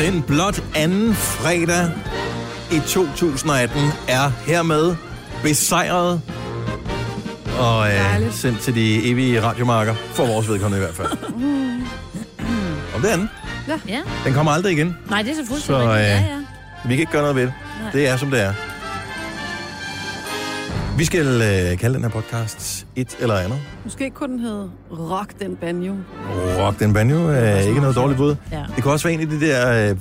Den blot anden fredag i 2018 er hermed besejret og øh, Dejligt. sendt til de evige radiomarker, for vores vedkommende i hvert fald. Om det andet, Ja. den kommer aldrig igen. Nej, det er så Så, fuldstændig. rigtigt. øh, ja, ja. Vi kan ikke gøre noget ved det. Nej. Det er, som det er. Vi skal øh, kalde den her podcast et eller andet. Måske kunne den hedde Rock den banjo. Rock den banjo er ikke noget dårligt bud. Ja. Det kunne også være en af de der øh,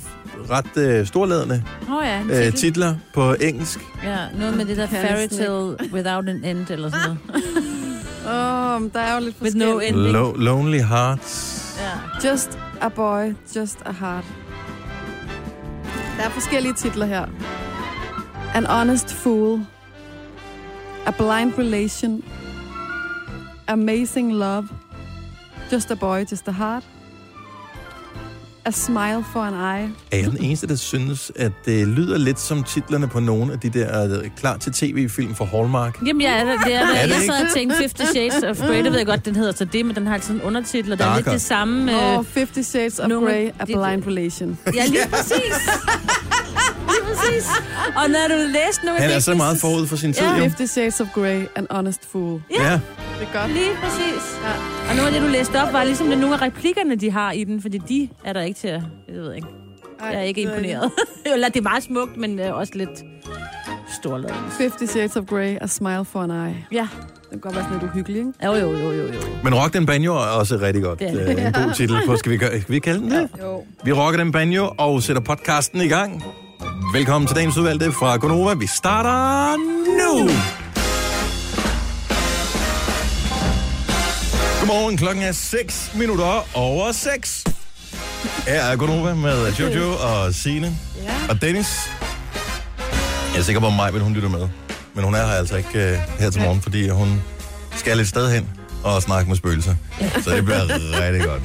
ret øh, storladende Åh ja, en øh, titel. titler på engelsk. ja, noget med det der Kærlig fairy tale without an end, eller sådan noget. Åh, oh, der er jo lidt With no forskelligt. end. Ending. Lo- lonely Hearts. Ja. Just a boy, just a heart. Der er forskellige titler her. An honest fool. A blind relation. Amazing love. Just a boy, just a heart. A smile for an eye. Er jeg den eneste, der synes, at det lyder lidt som titlerne på nogle af de der øh, klar til tv-film fra Hallmark? Jamen, jeg er der. Det er, Er der. det jeg ikke? sad og tænkte 50 Shades of Grey. Det ved jeg godt, den hedder så det, men den har altid en undertitel, og der er lidt Darker. det samme. Øh, Oh, Fifty Shades of nogle- Grey, A det- Blind Relation. ja, lige præcis. lige præcis. Og når du læste nogle af Han er digtene, så meget forud for sin tid, Ja. jo. Fifty Shades of Grey, An honest fool. Ja. Det er godt. Lige præcis. Ja. Og noget af det, du læste op, var ligesom det nogle af replikkerne, de har i den, fordi de er der ikke til at... Jeg ved ikke. Jeg er ikke imponeret. Eller det er meget smukt, men øh, også lidt storladet. Fifty Shades of Grey, A smile for an eye. Ja. Det kan godt være sådan lidt uhyggelig, ikke? Jo, jo, jo, jo, jo. Men Rock den Banjo er også rigtig godt. Det er Det det. er en god titel på. Skal vi, gøre, skal vi kalde den det? Jo. Vi rocker den banjo og sætter podcasten i gang. Velkommen til dagens udvalgte fra Gonova. Vi starter nu! Godmorgen, klokken er 6 minutter over 6. Her er Gonova med Jojo og Sine Ja. og Dennis. Jeg er sikker på, at Maj, hun lytter med. Men hun er her altså ikke øh, her til morgen, fordi hun skal et sted hen og snakke med spøgelser. Så det bliver rigtig godt.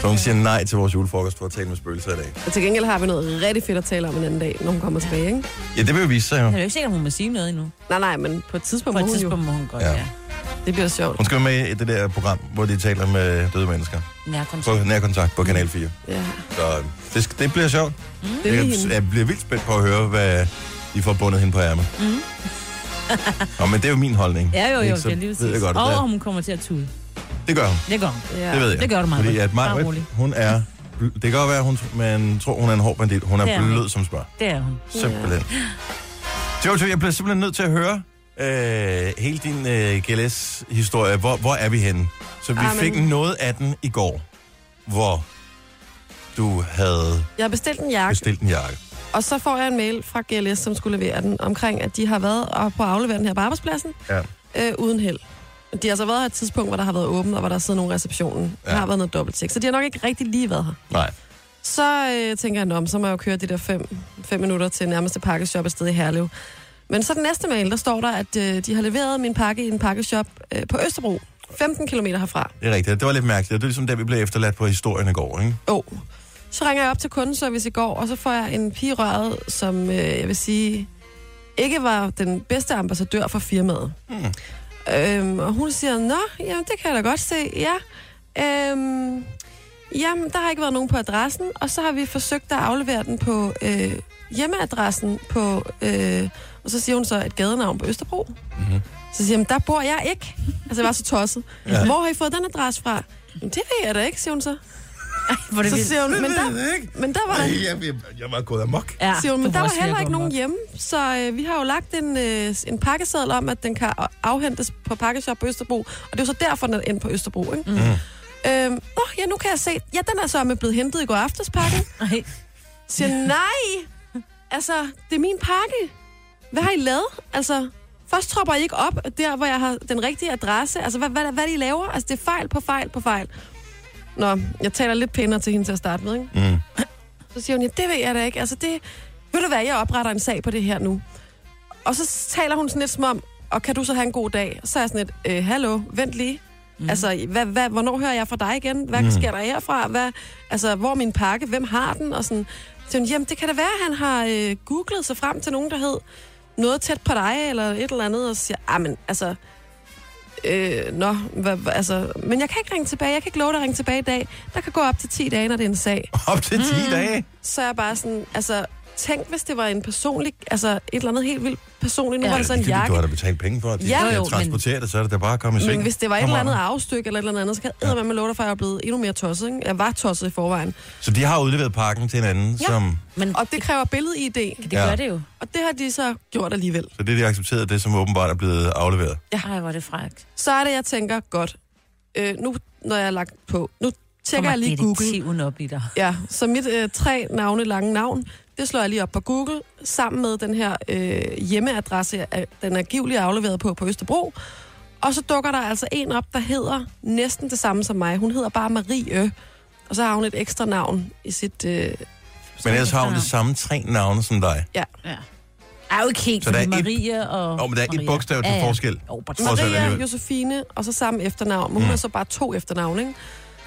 Så hun siger nej til vores julefrokost for at tale med spøgelser i dag. Og til gengæld har vi noget rigtig fedt at tale om en anden dag, når hun kommer tilbage, ikke? Ja, det vil jo vise sig jo. Jeg er jo ikke sikker, om hun må sige noget endnu. Nej, nej, men på et tidspunkt, På et må hun tidspunkt må hun godt, Ja. ja. Jo, det bliver sjovt. Hun skal være med i det der program, hvor de taler med døde mennesker. Nærkontakt. På nærkontakt på Kanal 4. Ja, Så øh, det, sk- det bliver sjovt. det er lige Jeg, hende. jeg bliver vildt spændt på at høre, hvad de får bundet hende på ærmet. Mm. Nå, men det er jo min holdning. Mhm. Ja, jo, jo, Ikke? Så det er lige ved jeg præcis. godt, Og det, hun kommer til at tude. det gør hun. Det gør hun. Ja. Det ved jeg. det gør du meget Fordi godt. at Bare Maja, rolig. hun er... Det kan godt være, hun, man tror, hun er en hård bandit. Hun er Det er hun. blød som smør. Det er hun. Simpelthen. Jojo, jeg bliver simpelthen nødt til at høre øh, hele din øh, GLS-historie. Hvor, hvor er vi henne? Så vi Ah, men- fik noget af den i går, hvor du havde Jeg har bestilt en jakke, bestilt en jakke. og så får jeg en mail fra GLS, som skulle levere den, omkring, at de har været og på at aflevere den her på arbejdspladsen, Ja. øh, uden held. De har så været her et tidspunkt, hvor der har været åbent, og hvor der sidder nogen i receptionen. Ja. Ja. Der har været noget dobbelttjek, så de har nok ikke rigtig lige været her. Nej. Så øh, tænker jeg, nå, men så må jeg jo køre de der fem, fem minutter til nærmeste pakkeshop et sted i Herlev. Men så den næste mail, der står der, at øh, de har leveret min pakke i en pakkeshop øh, på Østerbro, 15 km herfra. Det er rigtigt. Det var lidt mærkeligt. Det er ligesom der, vi blev efterladt på historien i går, ikke? Jo. Så ringer jeg op til kundeservice i går, og så får jeg en pige i røret, som øh, jeg vil sige ikke var den bedste ambassadør for firmaet. Hmm. Øhm, og hun siger, nå, jamen det kan jeg da godt se, ja. Øhm, jamen, der har ikke været nogen på adressen, og så har vi forsøgt at aflevere den på øh, hjemmeadressen på, øh, og så siger hun så et gadenavn på Østerbro. Mhm. Så siger hun, der bor jeg ikke. Altså, jeg var så tosset. Ja. Ja. Hvor har I fået den adresse fra? Jamen, det ved jeg da ikke, siger hun så. Hvor det Så vildt. siger hun, men der, jeg ikke. men der var der, Ej, Jeg, jeg, jeg var gået amok. Ja, siger hun, du men der må var også heller være ikke gået nogen amok. hjemme, så øh, vi har jo lagt en, øh, en pakkeseddel om, at den kan afhentes på pakkeshop på Østerbro, og det er jo så derfor, den er endt på Østerbro, ikke? Mm. Øhm, åh, ja, nu kan jeg se, ja, den er så med blevet hentet i går aftespakken. Nej. Siger, nej, altså, det er min pakke. Hvad har I lavet? Altså, først tropper I ikke op der, hvor jeg har den rigtige adresse. Altså, hvad, hvad, hvad de laver? Altså, det er fejl på fejl på fejl. Nå, jeg taler lidt pænere til hende til at starte med, ikke? Mm. Så siger hun, ja, det ved jeg da ikke. Altså, det, ved du hvad, jeg opretter en sag på det her nu. Og så taler hun sådan lidt som om, og kan du så have en god dag? Så er jeg sådan lidt, øh, hallo, vent lige. Mm. Altså, hvad, hvad, hvornår hører jeg fra dig igen? Hvad mm. sker der herfra? Hvad, altså, hvor er min pakke? Hvem har den? Og sådan, så siger hun, jamen, det kan da være, at han har øh, googlet sig frem til nogen, der hed noget tæt på dig, eller et eller andet, og så siger, ah, men altså, øh, nå, hva, hva, altså, men jeg kan ikke ringe tilbage. Jeg kan ikke love dig at ringe tilbage i dag. Der kan gå op til 10 dage, når det er en sag. Op til 10 mm. dage? Så er jeg bare sådan, altså, tænk hvis det var en personlig, altså et eller andet helt vildt personligt. Nu ja. var det sådan en Ligegyldigt, Du jakke. har da betalt penge for, at de Ja. ja, Jo, jo, jo, transportere det, så er det da bare at komme i sving. Men hvis det var et Kom eller andet on. afstykke eller et eller andet, så kan jeg med love dig for, at jeg er blevet endnu mere tosset. Ikke? Jeg var tosset i forvejen. Så de har udleveret pakken til en anden, ja. Ja. som... Men Og det kræver billed-ID. det Ja. gør det jo. Og det har de så gjort alligevel. Så det, de accepterede, det som åbenbart er blevet afleveret. Ej, hvor er det frækt. Så er det, jeg tænker, godt, øh, nu når jeg er lagt på, nu tjekker Kommer jeg lige Google. detektiven op i dig. Ja, så mit øh, tre navne lange navn, det slår jeg lige op på Google, sammen med den her øh, hjemmeadresse, jeg er- den er giveligt afleveret på på Østerbro. Og så dukker der altså en op, der hedder næsten det samme som mig. Hun hedder bare Marie, og så har hun et ekstra navn i sit... Øh, Men ellers har hun det samme tre navne som dig. Ja. Ej, okay, Så så der er et- Maria og... Åh, men der er et Maria. bogstav til forskel. Jo, bare Trods alt Maria, alligevel. Josefine, og så samme efternavn. Men hun Mm. har så bare to efternavn, ikke?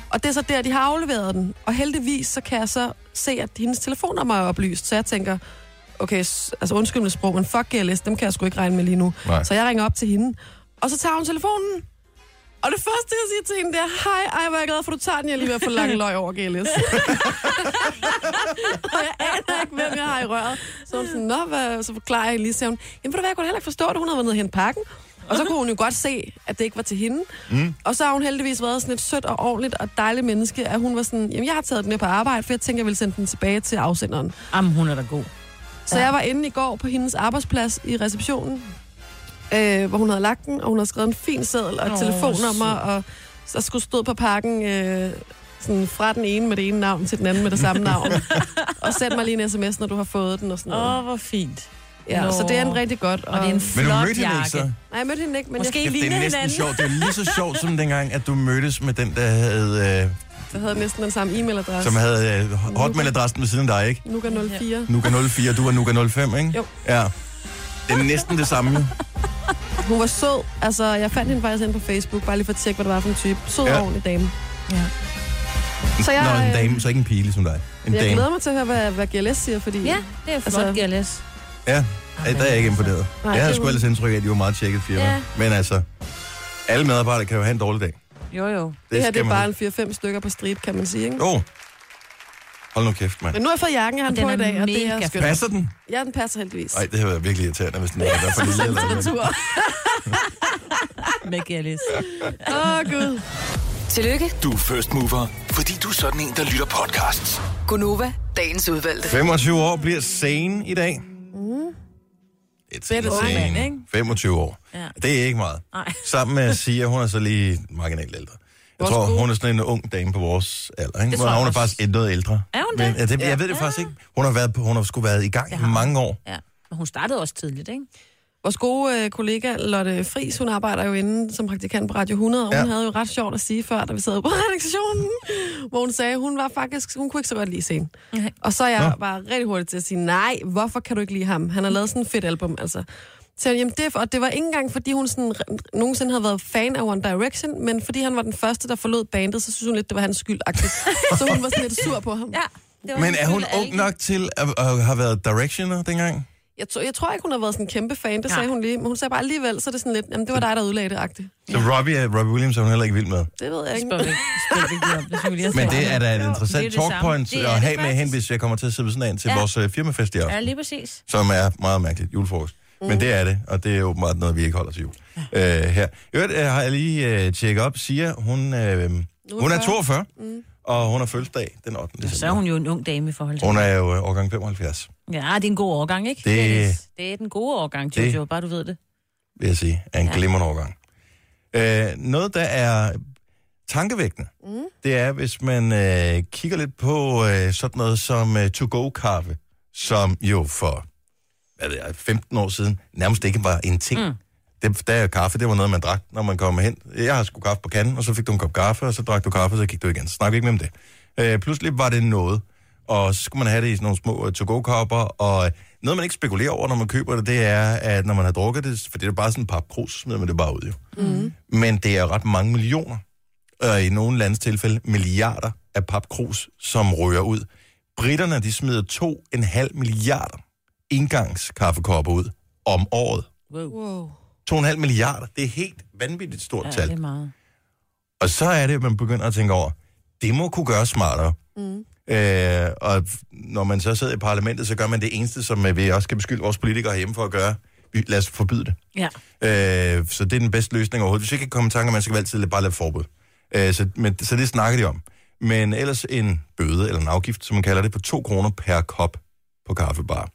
Og det er så der, de har afleveret den. Og heldigvis, så kan jeg så se, at hendes telefonnummer er oplyst. Så jeg tænker, okay, s- altså undskyld mit sprog, men fuck GLS, dem kan jeg sgu ikke regne med lige nu. Nej. Så jeg ringer op til hende, og så tager hun telefonen. Og det første, jeg siger til hende, det er, hej, ej, hvor er jeg glad for, du tager den. Jeg er lige ved at få lang løg over GLS. og jeg aner ikke, hvem jeg har i røret. Så hun sådan, nå, hvad? så forklarer jeg lige, siger hun, jamen ved du hvad, jeg kunne heller ikke forstå det, hun havde været nede og hente pakken. Og så kunne hun jo godt se, at det ikke var til hende. Mm. Og så har hun heldigvis været sådan et sødt og ordentligt og dejligt menneske, at hun var sådan, jamen jeg har taget den med på arbejde, for jeg tænker, jeg vil sende den tilbage til afsenderen. Jamen, hun er da god. Så Ja. jeg var inde i går på hendes arbejdsplads i receptionen, øh, hvor hun havde lagt den, og hun havde skrevet en fin seddel og Åh, et oh, telefonnummer, og så skulle stå på pakken øh, sådan fra den ene med det ene navn til den anden med det samme navn. og send mig lige en sms, når du har fået den og sådan Åh, noget. hvor fint. ja, nå. så det er en rigtig godt. Og det er en Men du flot mødte hende jakke. ikke så? Nej, jeg mødte hende ikke, men Måske jeg, I Kæft, det er ligner næsten hinanden. sjovt. Det er lige så sjovt som dengang, at du mødtes med den, der havde, øh, jeg havde næsten den samme e-mailadresse. som havde øh, hotmail-adressen ved siden af dig, ikke? Nuka 04. Nuka 04, du er Nuka 05, ikke? Jo. Ja. Det er næsten det samme. jo. Hun var sød. Altså, jeg fandt hende faktisk inde på Facebook, bare lige for at tjekke, hvad det var for en type. Sød Ja. og ordentlig dame. Ja. Så jeg, Nå, en øh, dame, så ikke en pige ligesom dig. En Jeg dame. glæder mig til at høre, hvad, hvad GLS siger, fordi... ja, det er flot, Altså- Mm. altså, GLS. Ja, Ej, der er jeg ikke imponeret. Nej, jeg det havde er sgu hun. ellers indtryk af, at de var meget tjekket firma. Ja. Men altså, alle medarbejdere kan jo have en dårlig dag. Jo, jo. Det, her det skal er man bare en 4-5 stykker på strip, kan man sige. Ikke? Åh. Oh. Hold nu kæft, mand. Men nu har jeg fået jakken, jeg har den Den på i er dag, og det mega er skønt. Passer den? Ja, den passer heldigvis. Nej, det har været virkelig irriterende, hvis den var der for lille. Eller noget. Med GLS. Åh, oh, Gud. Tillykke, Du er first mover, fordi du er sådan en, der lytter podcasts. Gunova, dagens udvalgte. 25 år bliver Zane i dag. Mm. It's Det er insane. ung mand, ikke? 25 år. Ja. Det er ikke meget. Nej. Sammen med Sia, hun er så lige marginalt ældre. Jeg Vores tror, gode. hun er sådan en ung dame på vores alder. Ikke? Det tror jeg hun er også. faktisk et noget ældre. Er hun Men, det? ja, det jeg ved det faktisk ikke. Hun har, været på, hun har sgu været i gang i har hun. mange år. Ja. Men hun startede også tidligt, ikke? Vores gode øh, kollega Lotte Friis, hun arbejder jo inde som praktikant på Radio 100, og hun Ja. ja. havde jo ret sjovt at sige før, da vi sad på redaktionen, hvor hun sagde, hun var faktisk, hun kunne ikke så godt lide scenen. Nej. Og så er jeg bare rigtig hurtig til at sige, nej, hvorfor kan du ikke lide ham? Han har lavet sådan et fedt album, altså. Så jeg, jamen det, er for- og det var ikke engang, fordi hun sådan, r- nogensinde havde været fan af One Direction, men fordi han var den første, der forlod bandet, så synes hun lidt, det var hans skyld -agtigt. Så hun var sådan lidt sur på ham. Ja. Det var Men er hun selvfølgelig ung alle. nok til at, at have været directioner dengang? Jeg, tror, jeg tror ikke, hun har været sådan en kæmpe fan, det Nej. sagde hun lige, men hun sagde bare alligevel, så er det sådan lidt, jamen det var dig, der udlagde det -agtigt. Så Robbie, er- Robbie Williams er hun heller ikke vild med. Det ved jeg ikke. Spørg ikke. Spørg ikke lige om det, så vil jeg Men svare. det er da et det er interessant det samme. talkpoint Det er at det have med faktisk. hen, hvis jeg kommer til at sidde ved sådan en til Ja. vores øh, firmafest i Ja, Mm. aften, lige præcis. som er meget mærkeligt julefrokost. Men det er det, og det er åbenbart noget, vi ikke holder til jul øh, her. I øvrigt øh, har jeg lige øh, tjekket op, siger hun, øh, hun er 40. 42, og hun har fødselsdag den 8. Mm. Så er december. hun jo en ung dame i forhold til. Hun er jo øh, årgang 75, Ja, det er en god årgang, ikke? Det- Dennis? det er den gode årgang, Det- Jojo, bare du ved det. vil jeg sige, er en Ja. glimrende årgang. Øh, noget, der er tankevækkende, mm. det er, hvis man øh, kigger lidt på øh, sådan noget som øh, to-go-kaffe, som jo for hvad ved jeg, 15 år siden nærmest ikke var en ting. Mm. Det, der er kaffe, det var noget, man drak, når man kom hen. Jeg har sgu kaffe på kanden, og så fik du en kop kaffe, og så drak du kaffe, og så gik du igen. Så snakker vi ikke mere om det. Øh, pludselig var det noget, og så skulle man have det i sådan nogle små øh, to-go-kopper, og øh, noget, man ikke spekulerer over, når man køber det, det er, at når man har drukket det, for det er jo bare sådan en papkrus, så smider man det bare ud jo. Mm. Men det er jo ret mange millioner, og i nogle landes tilfælde milliarder af papkrus, som rører ud. Britterne, de smider 2,5 milliarder engangskaffekopper ud om året. Wow. Wow. 2,5 milliarder, det er helt vanvittigt stort Ja, det ja, tal. er meget. Og så er det, at man begynder at tænke over, det må kunne gøres smartere. Mm. Øh, og når man så sidder i parlamentet, så gør man det eneste, som øh, vi også kan beskylde vores politikere hjemme for at gøre. Vi- Lad os forbyde det. Ja. Øh, så det er den bedste løsning overhovedet. Hvis ikke kan komme i tanke, om, man skal altid bare lave et forbud. Øh, så, men, så det snakker de om. Men ellers en bøde eller en afgift, som man kalder det, på 2 kroner per kop på kaffebar.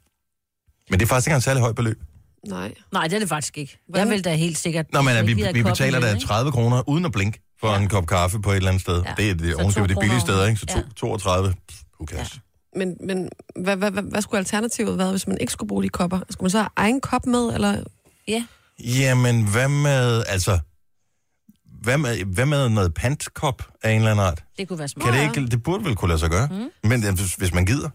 Men det er faktisk ikke engang et særlig højt beløb. Nej. Nej, det er det faktisk ikke. Hvad? Jeg vil da helt sikkert... Nå, men at Jeg vi, gider vi koppen betaler mere, da ikke? 30 kroner uden at blinke for ja. en kop kaffe på et eller andet sted. Ja. Ja. Det er det, Så ovenskøbet to det billige kroner steder, ikke? Så to, Ja. 32, pff, who cares? Ja. Men, men hvad, hvad, hvad, hvad skulle alternativet være, hvis man ikke skulle bruge de kopper? Skulle man så have egen kop med, eller Jamen, hvad med, altså, hvad med, hvad med noget pantkop af en eller anden art? Det kunne være smart. Kan det ja. ikke, det burde vel kunne lade sig gøre, mm. men det er, hvis, hvis man gider.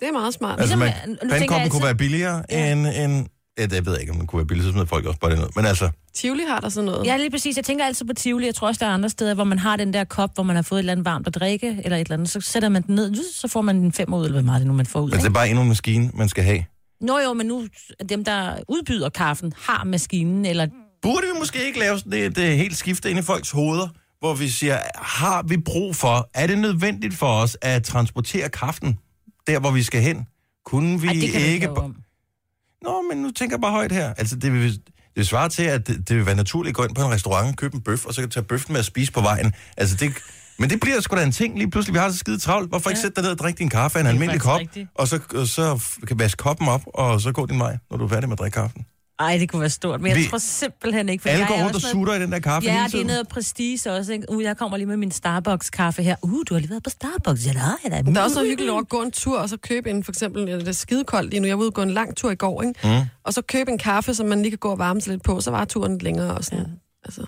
det er meget smart. Altså, Ligesom, man, øh, nu tænker jeg pandkoppen kunne altid- være billigere Ja. ja. end, end ja, det- jeg ved ikke, om den kunne være billig, så smider folk også bare det ned. Men altså, Tivoli har der sådan noget. Ja, lige præcis. Jeg tænker altid på Tivoli. Jeg tror også, der er andre steder, hvor man har den der kop, hvor man har fået et eller andet varmt at drikke, eller et eller andet. Så sætter man den ned, Jus, så får man en fem ud, eller hvad meget det nu, man får ud. men det er ikke? bare endnu en maskine, man skal have. Nå jo, men nu er dem, der udbyder kaffen, har maskinen, eller... burde vi måske ikke lave sådan et, et helt skifte ind i folks hoveder, hvor vi siger, har vi brug for, er det nødvendigt for os at transportere kraften der, hvor vi skal hen? Kunne vi Ej, det kan ikke... du ikke ba- om. Nå, men nu tænker jeg bare højt her. Altså, det vil, det svarer til, at det, det vil være naturligt at gå ind på en restaurant, købe en bøf, og så kan tage bøffen med at spise på vejen. Altså, det, men det bliver sgu da en ting lige pludselig. Vi har det så skide travlt. Hvorfor ikke Ja. sætte dig ned og drikke din kaffe af en almindelig faktisk kop, rigtigt. og så, og så f- kan vaske koppen op, og så gå din vej, når du er færdig med at drikke kaffen. Ej, det kunne være stort, men jeg Vi- tror simpelthen ikke... for Alle jeg går er rundt og også noget- sutter i den der kaffe Ja, hele det er tiden. noget prestige også, ikke? Uh, jeg kommer lige med min Starbucks-kaffe her. Uh, du har lige været på Starbucks. Ja, der har jeg da. Uh-huh. Der er også noget hyggeligt over at gå en tur, og så købe en, for eksempel, eller det er skidekoldt lige nu, jeg var ude og gå en lang tur i går, ikke? Mm. og så købe en kaffe, som man lige kan gå og varme sig lidt på, så var turen lidt længere og sådan. Ja. Altså.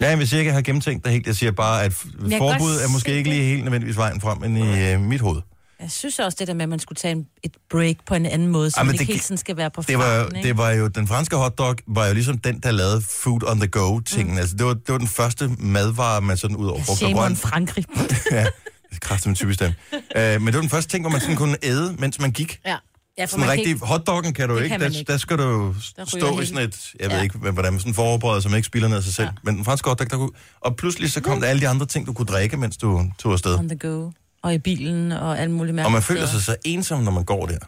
Ja, men hvis jeg ikke har gennemtænkt det helt, jeg siger bare, at f- kan forbud godt er måske se ikke det. lige helt nødvendigvis vejen frem, men i øh, mit hoved. Jeg synes også det der med, at man skulle tage en, et break på en anden måde, så Ej, men man ikke det gi- hele tiden skal være på Det var, farten, ikke? det var jo, den franske hotdog var jo ligesom den, der lavede food on the go-tingen. Mm. Altså, det var, det var den første madvare, man sådan ud over frugt og Shame on grønt. Frankrig. ja, det er kraftigt med typisk dem. Øh, men det var den første ting, hvor man sådan kunne æde, mens man gik. ja. ja, for Sådan man kan rigtig ikke... hotdoggen kan du Det ikke. kan der, man ikke. der skal du jo ryger stå i hele- sådan et, jeg ved Ja. ikke, hvad- hvordan, sådan en forbrød, som ikke spiller ned af sig selv. Ja. Men den franske hotdog, der kunne... Og pludselig så kom der alle de andre ting, du kunne drikke, mens du tog afsted. on the go, og i bilen, og alt muligt mærke. Og man føler sig så ensom, når man går der.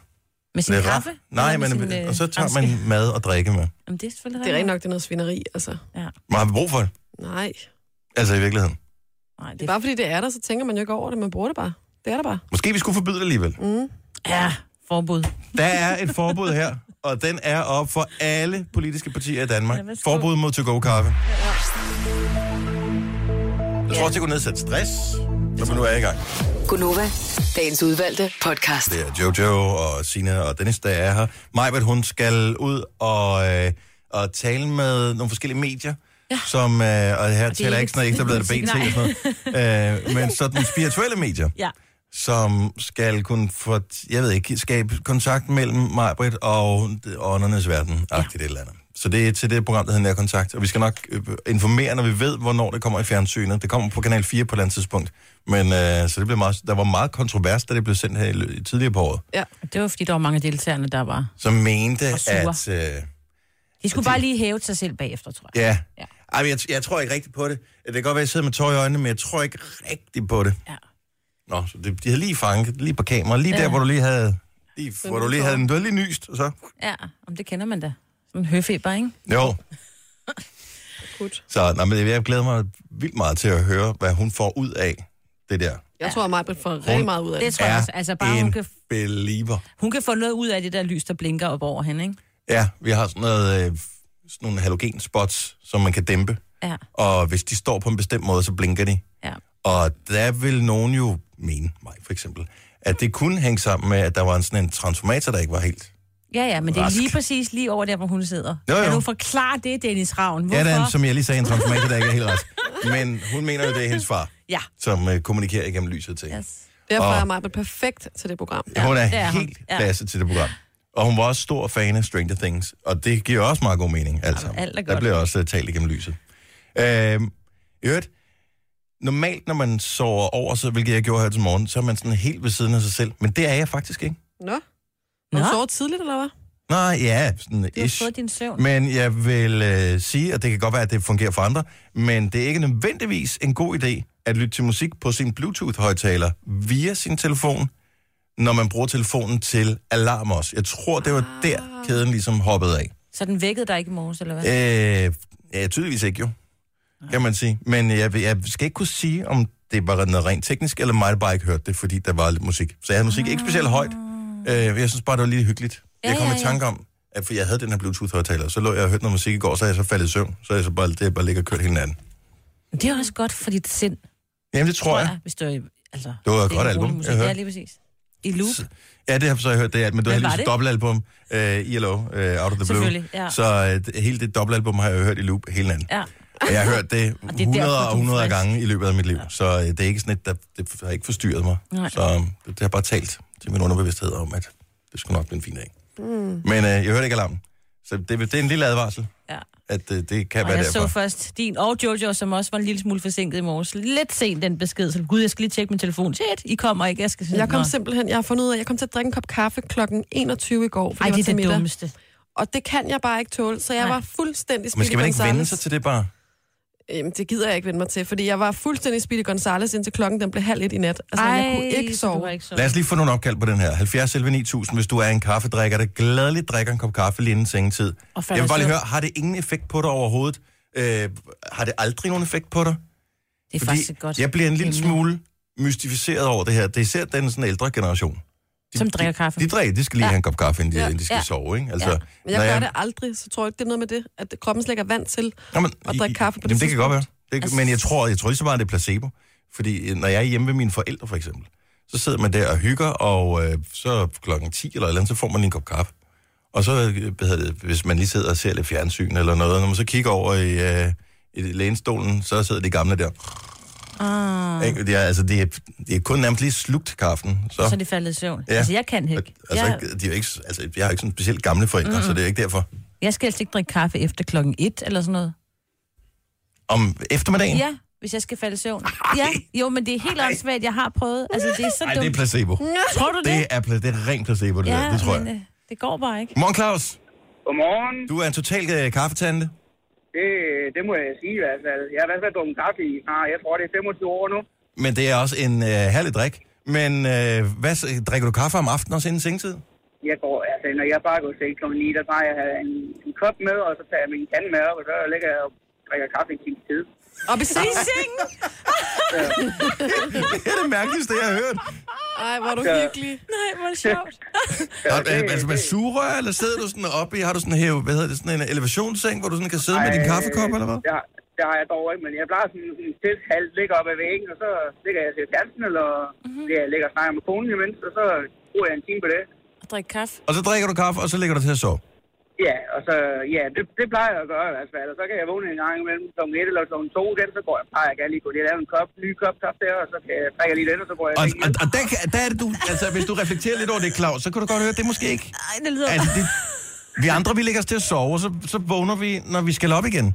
Med sin Med kaffe? ret- Nej, men, øh, og så tager franske- man mad og drikke med. Jamen, det er selvfølgelig Det er rigtig nok, det er noget svineri, altså. Ja. Man har vi brug for det, Nej. altså i virkeligheden. Nej, det Det er er bare fordi det er der, så tænker man jo ikke over det, man bruger det bare. Det er der bare. Måske vi skulle forbyde det alligevel. Mm. Ja, forbud. Der er et forbud her, og den er op for alle politiske partier i Danmark. Ja, værsgo. forbud mod to-go-kaffe. Jeg tror også, det kunne nedsætte stress, når man nu er i gang. Gunova, dagens udvalgte podcast. Det er Jojo og Sina og Dennis, der er her. Majbert, hun skal ud og, øh, og tale med nogle forskellige medier. Ja. Som, øh, og her taler jeg ikke sådan noget ekstrabladet BT ikke- og sådan noget. Øh, men sådan nogle spirituelle medier, Ja. som skal kunne få, jeg ved ikke, skabe kontakt mellem Majbert og det- åndernes verden, agtigt ja. et eller andet. Så det er til det program, der hedder Nærkontakt, og vi skal nok øh, informere, når vi ved, hvornår det kommer i fjernsynet. Det kommer på Kanal 4 på et eller andet tidspunkt. Men øh, så det blev meget, der var meget kontrovers, da det blev sendt her i lø- tidligere på året Det var, fordi der var mange af deltagerne, der var... som mente, Og sure. at... Øh, De skulle Det- bare lige hæve sig selv bagefter, tror jeg. ja. Ja. ja. Ej, men jeg, jeg tror ikke rigtigt på det. Det kan godt være, at jeg sidder med tår i øjnene, men jeg tror ikke rigtigt på det. Ja. Nå, så det, de havde lige fanget, lige på kamera, lige ja. der, hvor du lige havde... Lige, hvor du lige havde den. Du havde lige nyst, og så... Ja, om det kender man da. Som en høfeber, ikke? Jo. Akut. Så nej, men jeg glæder mig vildt meget til at høre, hvad hun får ud af det der. Jeg tror, at Majbrit får rigtig meget ud af Det det. tror jeg også. Altså, bare hun en kan, believer. hun kan få noget ud af det der lys, der blinker op over hende, ikke? Ja, vi har sådan, noget, øh, sådan nogle halogenspots, som man kan dæmpe. Ja, Og hvis de står på en bestemt måde, så blinker de. ja. Og der vil nogen jo mene, mig for eksempel, at det kunne hænge sammen med, at der var en sådan en transformator, der ikke var helt. Ja, ja, men det er Rask. lige præcis lige over der, hvor hun sidder. Jo, jo. Kan du forklare det, Dennis Ravn? Hvorfor? Ja, der er en, som jeg lige sagde, en transformator, der ikke er helt rask. Men hun mener jo, det er hendes far, Ja. som øh, kommunikerer igennem lyset til. Yes. Yes. Derfor Og- er Majbrit perfekt til det program. Hun er, det er hun. helt Ja. klasse til det program. Og hun var også stor fan af Stranger Things, og det giver også meget god mening. Altså. Jamen, alt er Der godt. bliver også uh, talt igennem lyset. Øh, i øvrigt, normalt når man sover over, så, hvilket jeg gjorde her til morgen, så er man sådan helt ved siden af sig selv. Men det er jeg faktisk ikke. Nå, Nå, har du sovet tidligt, eller hvad? Nej, ja, sådan Du har ish. fået din søvn. Men jeg vil øh, sige, at det kan godt være, at det fungerer for andre, men det er ikke nødvendigvis en god idé at lytte til musik på sin Bluetooth-højtaler via sin telefon, når man bruger telefonen til alarm også. Jeg tror, det var der, kæden ligesom hoppede af. Så den vækkede dig ikke i morges, eller hvad? Øh, ja, tydeligvis ikke jo, kan man sige. Men jeg, jeg skal ikke kunne sige, om det var noget rent teknisk, eller mig der bare ikke hørte det, fordi der var lidt musik. Så jeg havde musik ikke specielt højt. Øh, jeg synes bare, det var lige hyggeligt. Ja, jeg kom ja, i ja. tanke om, at for jeg havde den her Bluetooth-højtaler, så lå jeg og hørte noget musik i går, så er jeg så faldet i søvn, så er jeg så bare, det er bare ligger og kørt hele natten. Men det er også godt for dit sind, Jamen, det tror jeg. Hvis du, altså, Det var et er godt rolig album, musik. jeg hørte. Ja, lige præcis. I loop. Så- Ja, det har så jeg hørt, det er, men du har Hvad var lige et det? dobbeltalbum, uh, ILO, uh, Out of the Blue. Selvfølgelig, ja. Så uh, hele det dobbeltalbum har jeg jo hørt i loop hele natten. Ja. Og jeg har hørt det Og det er hundreder derfor, du og er hundreder af frisk. gange i løbet af mit liv. Så øh, det er ikke sådan et, der, det har ikke forstyrret mig. Nej. Så øh, det, det har bare talt til min underbevidsthed om, at det skulle nok blive en fin dag. Mm. Men øh, jeg hørte ikke alarmen. Så det, det er en lille advarsel, ja. at øh, det kan Og være jeg derfor. så først din og Jojo, som også var en lille smule forsinket i morges. Lidt sent den besked, så gud, jeg skal lige tjekke min telefon. Shit, I kommer ikke, jeg skal Jeg kom Nå. simpelthen, jeg har fundet ud af, jeg kom til at drikke en kop kaffe klokken 21 i går, fordi Ej, jeg var det er til det middag. Altså, dummeste. Og det kan jeg bare ikke tåle, så jeg Nej. var fuldstændig Men Speedy skal man ikke vende Gonzales. sig til det bare? Jamen, det gider jeg ikke vende mig til, fordi jeg var fuldstændig Speedy Gonzales, indtil klokken den blev halv et i nat. Altså, Ej, jeg kunne ikke så du har sove. ikke sovet. Lad os lige få nogle opkald på den her. 70 11 9000, hvis du er en kaffedrikker, der gladeligt drikker en kop kaffe lige inden sengetid. Og falder Jeg vil bare lige i søvn. høre, har det ingen effekt på dig overhovedet? Øh, har det aldrig nogen effekt på dig? Det er faktisk et godt. jeg bliver en lille emne. smule mystificeret over det her. Det er især den sådan ældre generation. De, Som drikker kaffe. De, de drikker, de skal lige ja. Ja. have en kop kaffe, inden de, ja. Ja. inden de skal ja. Ja. sove, ikke? Altså, ja. Men jeg gør det aldrig, så tror jeg ikke, det er noget med det, at kroppen slet ikke er vant til. jamen, at i- drikke kaffe på det jamen, det kan godt være. tidspunkt. Det, altså, Altså- men jeg tror, jeg tror ikke så meget, det er placebo. Fordi øh, når jeg er hjemme ved mine forældre, for eksempel, så sidder man der og hygger, og øh, så klokken 10 eller et eller andet, så får man lige en kop kaffe. Og så, øh, hvad hedder det, hvis man lige sidder og ser lidt fjernsyn eller noget, når man så kigger over i, øh, i lænestolen, så sidder de gamle der. Ah, Ikke? Det er, altså, det er, det er kun nærmest lige slugt kaffen. Så, så er de faldet i søvn. Ja. Altså, jeg kan ikke. Altså, Jeg, ikke, de er jo ikke, altså, jeg har ikke sådan specielt gamle forældre, mm. så det er ikke derfor. jeg skal helst ikke drikke kaffe efter klokken et eller sådan noget. Om eftermiddagen? Ja, hvis jeg skal falde i søvn. Ja, jo, men det er helt åndssvagt, jeg har prøvet. Altså, det er så Nej, det er dumt. placebo. Tror du Det det? er, pla- det er rent placebo, det, ja, Ja, det tror men, jeg. øh, det går bare ikke. Morgen, Claus. Godmorgen. Du er en total øh, kaffetante. Det, det må jeg sige i hvert fald. Jeg har i hvert fald drukket kaffe i, snart, jeg tror, det er 25 år nu. Men det er også en øh, herlig drik. Men øh, hvad, så- drikker du kaffe om aftenen også inden sengetid? Jeg går, altså, når jeg bare går til kl. 9, der tager jeg en, en kop med, og så tager jeg min kande med op, og så ligger jeg og drikker kaffe i en times tid. Og i sengen! Det er det mærkeligste, jeg har hørt. Ej, hvor er du Ja. hyggelig. Nej, hvor er det sjovt. Ja, det, altså med sugerør, eller sidder du sådan oppe i, har du sådan, her, hvad hedder det, sådan en elevationsseng, hvor du sådan kan sidde Ej, med din kaffekop, eller hvad? Ja, det har jeg dog ikke, men jeg plejer sådan en tæt halv ligger op ad væggen, og så ligger jeg til kanten, eller mm-hmm. jeg ligger og snakker med konen imens, og så bruger jeg en time på det. Og drikke kaffe. Og så drikker du kaffe, og så ligger du til at sove. Ja, og så, ja, det, det plejer jeg at gøre i hvert fald. Og så kan jeg vågne en gang imellem kl. 1 eller kl. 2, den, så går jeg bare, jeg kan lige gå lige og lave en kop, ny kop kaffe der, og så kan jeg drikke lige den, og så går jeg Og, og, og, og der, kan- der er det du, altså hvis du reflekterer lidt over det, Claus, så kan du godt høre, at det er måske ikke Nej, det lyder... Altså, det, vi andre, vi lægger os til at sove, og så, så vågner vi, når vi skal op igen.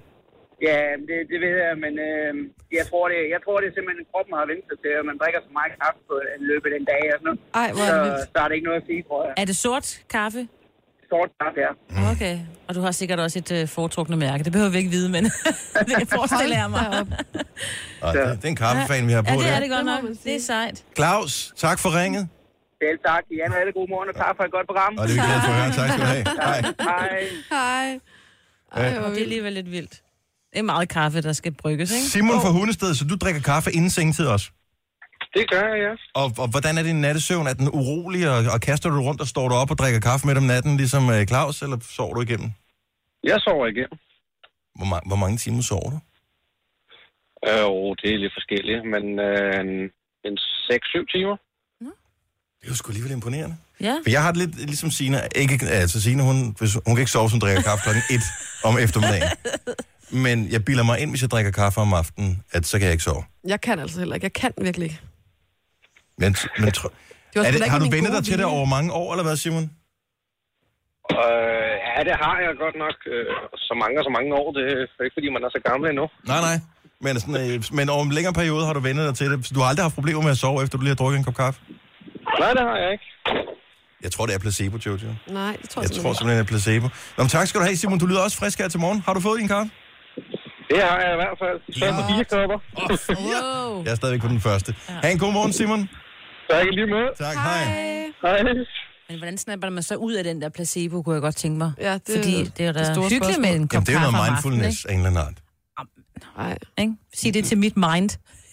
Ja, det, det ved jeg, men øh, jeg, tror, det, jeg tror, det er simpelthen, kroppen har vendt sig til, at man drikker så meget kaffe på en løbet af en dag og sådan noget. Ej, hvor så, er det vildt. så er det ikke noget at sige, tror jeg. Er det sort kaffe? Stort kaffe, ja. Mm. Okay. Og du har sikkert også et øh, foretrukne mærke. Det behøver vi ikke vide, men det forestiller jeg mig. Deroppe. Og det, det er en kaffefan, vi har på Ja, det der. er det godt Det må nok. man sige. Det er sejt. Claus, tak for ringet. Selv tak. I har alle gode morgen, og tak for et godt program. Og det er vi glade for at høre. Tak skal du have. Hej. Hej. Hej. Ej, Og hvor det er vildt. alligevel lidt vildt. Det er meget kaffe, der skal brygges, ikke? Simon fra Hundested, så du drikker kaffe inden sengetid også. Det gør jeg, ja. Og, og hvordan er din nattesøvn? Er den urolig, og, og kaster du rundt og står du op og drikker kaffe midt om natten, ligesom øh, Claus, eller sover du igennem? Jeg sover igennem. Hvor, ma- hvor mange timer sover du? Øh, jo, det er lidt forskelligt, men øh, en- en 6-7 timer. Det er jo sgu alligevel imponerende. Ja. For jeg har det lidt ligesom Sina. Ikke, altså Sina, hun, hvis, hun kan ikke sove, hvis hun drikker kaffe klokken 1 om eftermiddagen. Men jeg bilder mig ind, hvis jeg drikker kaffe om aftenen, at så kan jeg ikke sove. Jeg kan altså heller ikke. Jeg kan virkelig ikke. Men, men tro, var sgu er da det, ikke har du min vendt gode dig til det vilje. over mange år, eller hvad, Simon? Øh, ja, det har jeg godt nok. Øh, så mange og så mange år. Det er ikke, fordi man er så gammel endnu. Nej, nej. Men, sådan, øh, men over en længere periode har du vendt dig til det. Så Du har aldrig haft problemer med at sove, efter du lige har drukket en kop kaffe. Nej, det har jeg ikke. Jeg tror, det er placebo, Jojo. Nej, det tror jeg, Jeg tror simpelthen, det er placebo. Nå, men tak skal du have, Simon. Du lyder også frisk her til morgen. Har du fået din kaffe? Det har jeg i hvert fald. Så er fire kopper. Wow. Jeg er stadigvæk på den første. Ha' en god morgen, Simon. Så jeg kan lige med. Tak, hej. hej. Hej. Men hvordan snapper man så ud af den der placebo, kunne jeg godt tænke mig. Ja, det er Fordi jo det er da det store hyggeligt spørgsmål. med en kop Jamen, det er jo kaffe om noget aftenen, mindfulness af en eller anden art. Nej. ikke? Ikke? Sig det til mit mind.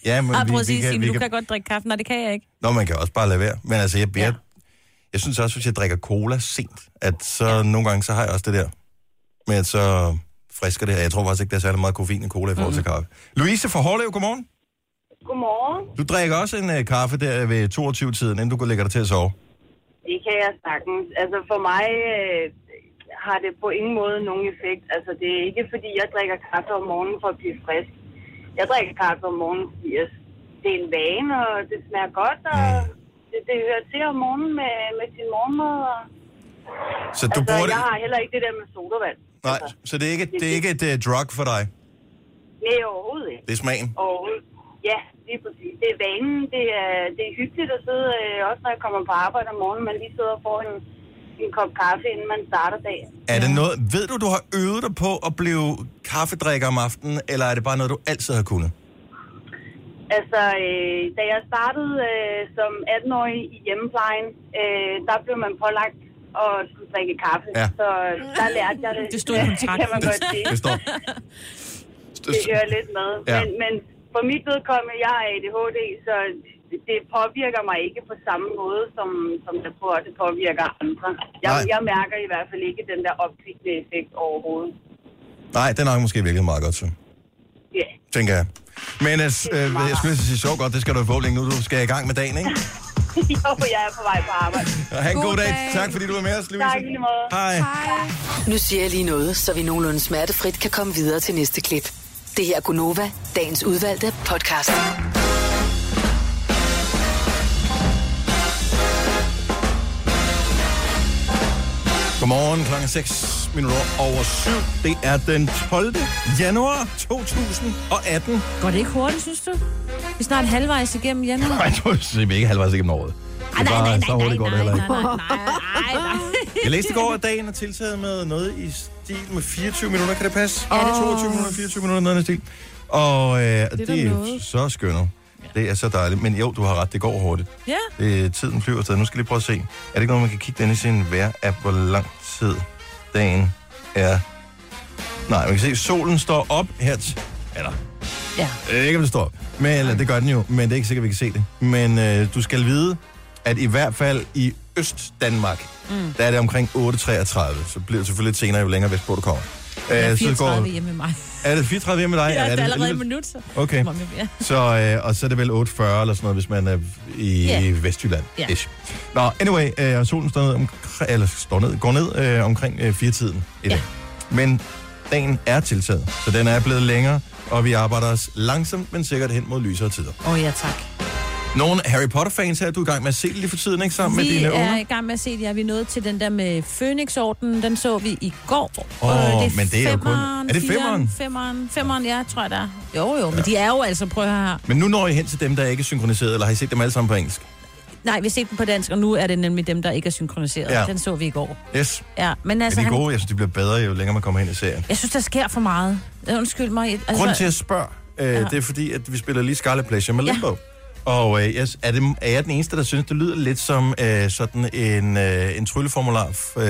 Ja, men Ah, prøv vi, at vi, sige, kan, Signe, vi du kan kan... godt drikke kaffe. Nej, det kan jeg ikke. Nå, man kan også bare lade være. Men altså, jeg, jeg, Ja. jeg, jeg synes også, hvis jeg drikker cola sent, at så nogle gange, så har jeg også det der. Men at så frisker det her. Jeg tror faktisk ikke, der er særlig meget koffein i cola i forhold til Mhm. kaffe. Louise fra Hårlev, godmorgen. Godmorgen. Du drikker også en uh, kaffe der ved 22-tiden, inden du går lægger dig til at sove. Det kan jeg sagtens. Altså for mig øh, har det på ingen måde nogen effekt. Altså det er ikke fordi, jeg drikker kaffe om morgenen for at blive frisk. Jeg drikker kaffe om morgenen, fordi jeg, det er en vane, og det smager godt, og det, det hører til om morgenen med, med sin morgenmad. Og, Så du altså bruger det... jeg har heller ikke det der med sodavand. Nej, Altså, så det er ikke, det er ikke et uh, drug for dig. nej, overhovedet ikke. Det er smagen. Overhovedet. Ja, lige præcis. Det er vanen. Det er, det er hyggeligt at sidde, øh, også når jeg kommer på arbejde om morgenen, man lige sidder og får en, en kop kaffe, inden man starter dagen. Er det noget... Ved du, du har øvet dig på at blive kaffedrikker om aftenen, eller er det bare noget, du altid har kunnet? Altså, øh, da jeg startede øh, som 18-årig i hjemmeplejen, øh, der blev man pålagt at skulle drikke kaffe. Ja. Ja. Så øh, der lærte jeg det. Det stod i kontrakten. kan man godt sige. Det står... Det hører lidt med. Ja. Ja. Men, men for mit vedkommende, jeg er ADHD, så det- det påvirker mig ikke på samme måde, som, som det, på- det påvirker andre. Jeg, Nej. jeg mærker i hvert fald ikke den der opkvikkende effekt overhovedet. Nej, den har måske virket meget godt, så. Ja, Tænker jeg. Men altså, øh, jeg skulle lige sige, så godt, det skal du have forhåbentlig nu. Du skal i gang med dagen, ikke? jo, jeg er på vej på arbejde. Og ha' en god, God dag. dag. Tak fordi du var med os, Louise. Tak i lige måde. Hej. Nu siger jeg lige noget, så vi nogenlunde smertefrit kan komme videre til næste klip. Det her er Gunova, dagens udvalgte podcast. Godmorgen, klokken 6 minutter over 7. Det er den 12. januar 2018. Går det ikke hurtigt, synes du? Vi er snart halvvejs igennem januar. Nej, du er vi ikke halvvejs igennem året. Ej, nej, nej, nej, så hurtigt går det nej, heller nej, nej, ikke. nej, nej, nej. Jeg læste i går, at dagen er tiltaget med noget i stil med 24 minutter. Kan det passe? Ja, det 22 minutter, 24 minutter, noget i den stil. Og øh, det, da det er noget. så skønt. Det er så dejligt. Men jo, du har ret. Det går hurtigt. Ja, Det, Øh, tiden flyver stadig. Nu skal jeg lige prøve at se. Er det ikke noget, man kan kigge den i sin vejr-app, hvor lang tid dagen er? Nej, man kan se, at solen står op her. T- eller, ja. jeg ved ikke, om det står op. Men, eller, det gør den jo, men det er ikke sikkert, vi kan se det. Men øh, du skal vide, at i hvert fald i Øst-Danmark, mm. der er det omkring 8.33. Så bliver det selvfølgelig lidt senere, jo længere vestpå du kommer. Jeg er Øh, så 34 går, hjemme med mig. er det 34 hjemme med dig? Ja, eller det er allerede et alligevel- minut, så. Okay. Må man- ja. Så, øh, og så er det vel 8.40 eller sådan noget, hvis man er i Ja. yeah. Vestjylland. Ja. Ish. Nå, anyway, øh, og solen står ned, omkr- eller står ned, går ned øh, omkring øh, firetiden i dag. Men dagen er tiltaget, så den er blevet længere, og vi arbejder os langsomt, men sikkert hen mod lysere tider. Åh, oh, ja, tak. Nogle Harry Potter-fans her, du er i gang med at se det lige for tiden, ikke? Sammen med Vi dine er unger. i gang med at se, at ja, vi er nået til den der med Phoenix-orden. Den så vi i går. Øh, Åh, Og men det er jo kun- femmeren, Er det fireren, femmeren? Femmeren, femmeren, ja, tror jeg, der er. Jo, jo, ja. men de er jo altså, prøv at høre her. Men nu når I hen til dem, der ikke er synkroniseret, eller har I set dem alle sammen på engelsk? Nej, vi har set den på dansk, og nu er det nemlig dem, der ikke er synkroniseret. Ja. Ja. Den så vi i går. Yes. Ja, men Er altså, de han, gode? Jeg synes, de bliver bedre, jo længere man kommer hen i serien. jeg synes, der sker for meget. Undskyld mig. Altså, Grunden til, at jeg spørger, øh, ja. det er fordi, at vi spiller lige Scarlet Pleasure med Ja. Limbo. Og øh, jeg, er, det, er jeg den eneste, der synes, det lyder lidt som øh, sådan en, øh, en trylleformular f, øh,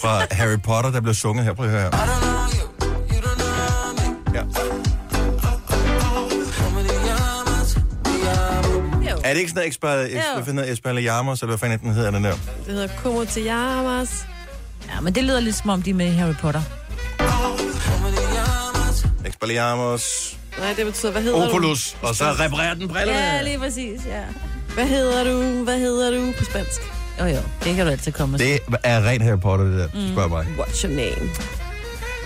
fra Harry Potter, der blev sunget her. Prøv at høre her. Ja. Jo. Er det ikke sådan noget Esper, Jo. Esper, Esper Llamas, eller hvad fanden den hedder, den der? Det hedder Como te llamas. Ja, men det lyder lidt som om, de er med i Harry Potter. Esper Llamas, Nej, det betyder, hvad hedder du? Opolus, og så reparerer den brillerne. Ja, lige præcis, ja. Hvad hedder du? Hvad hedder du på spansk? Jo, jo, det kan du altid komme og Det er rent Harry Potter, det der, mm. spørger mig. What's your name?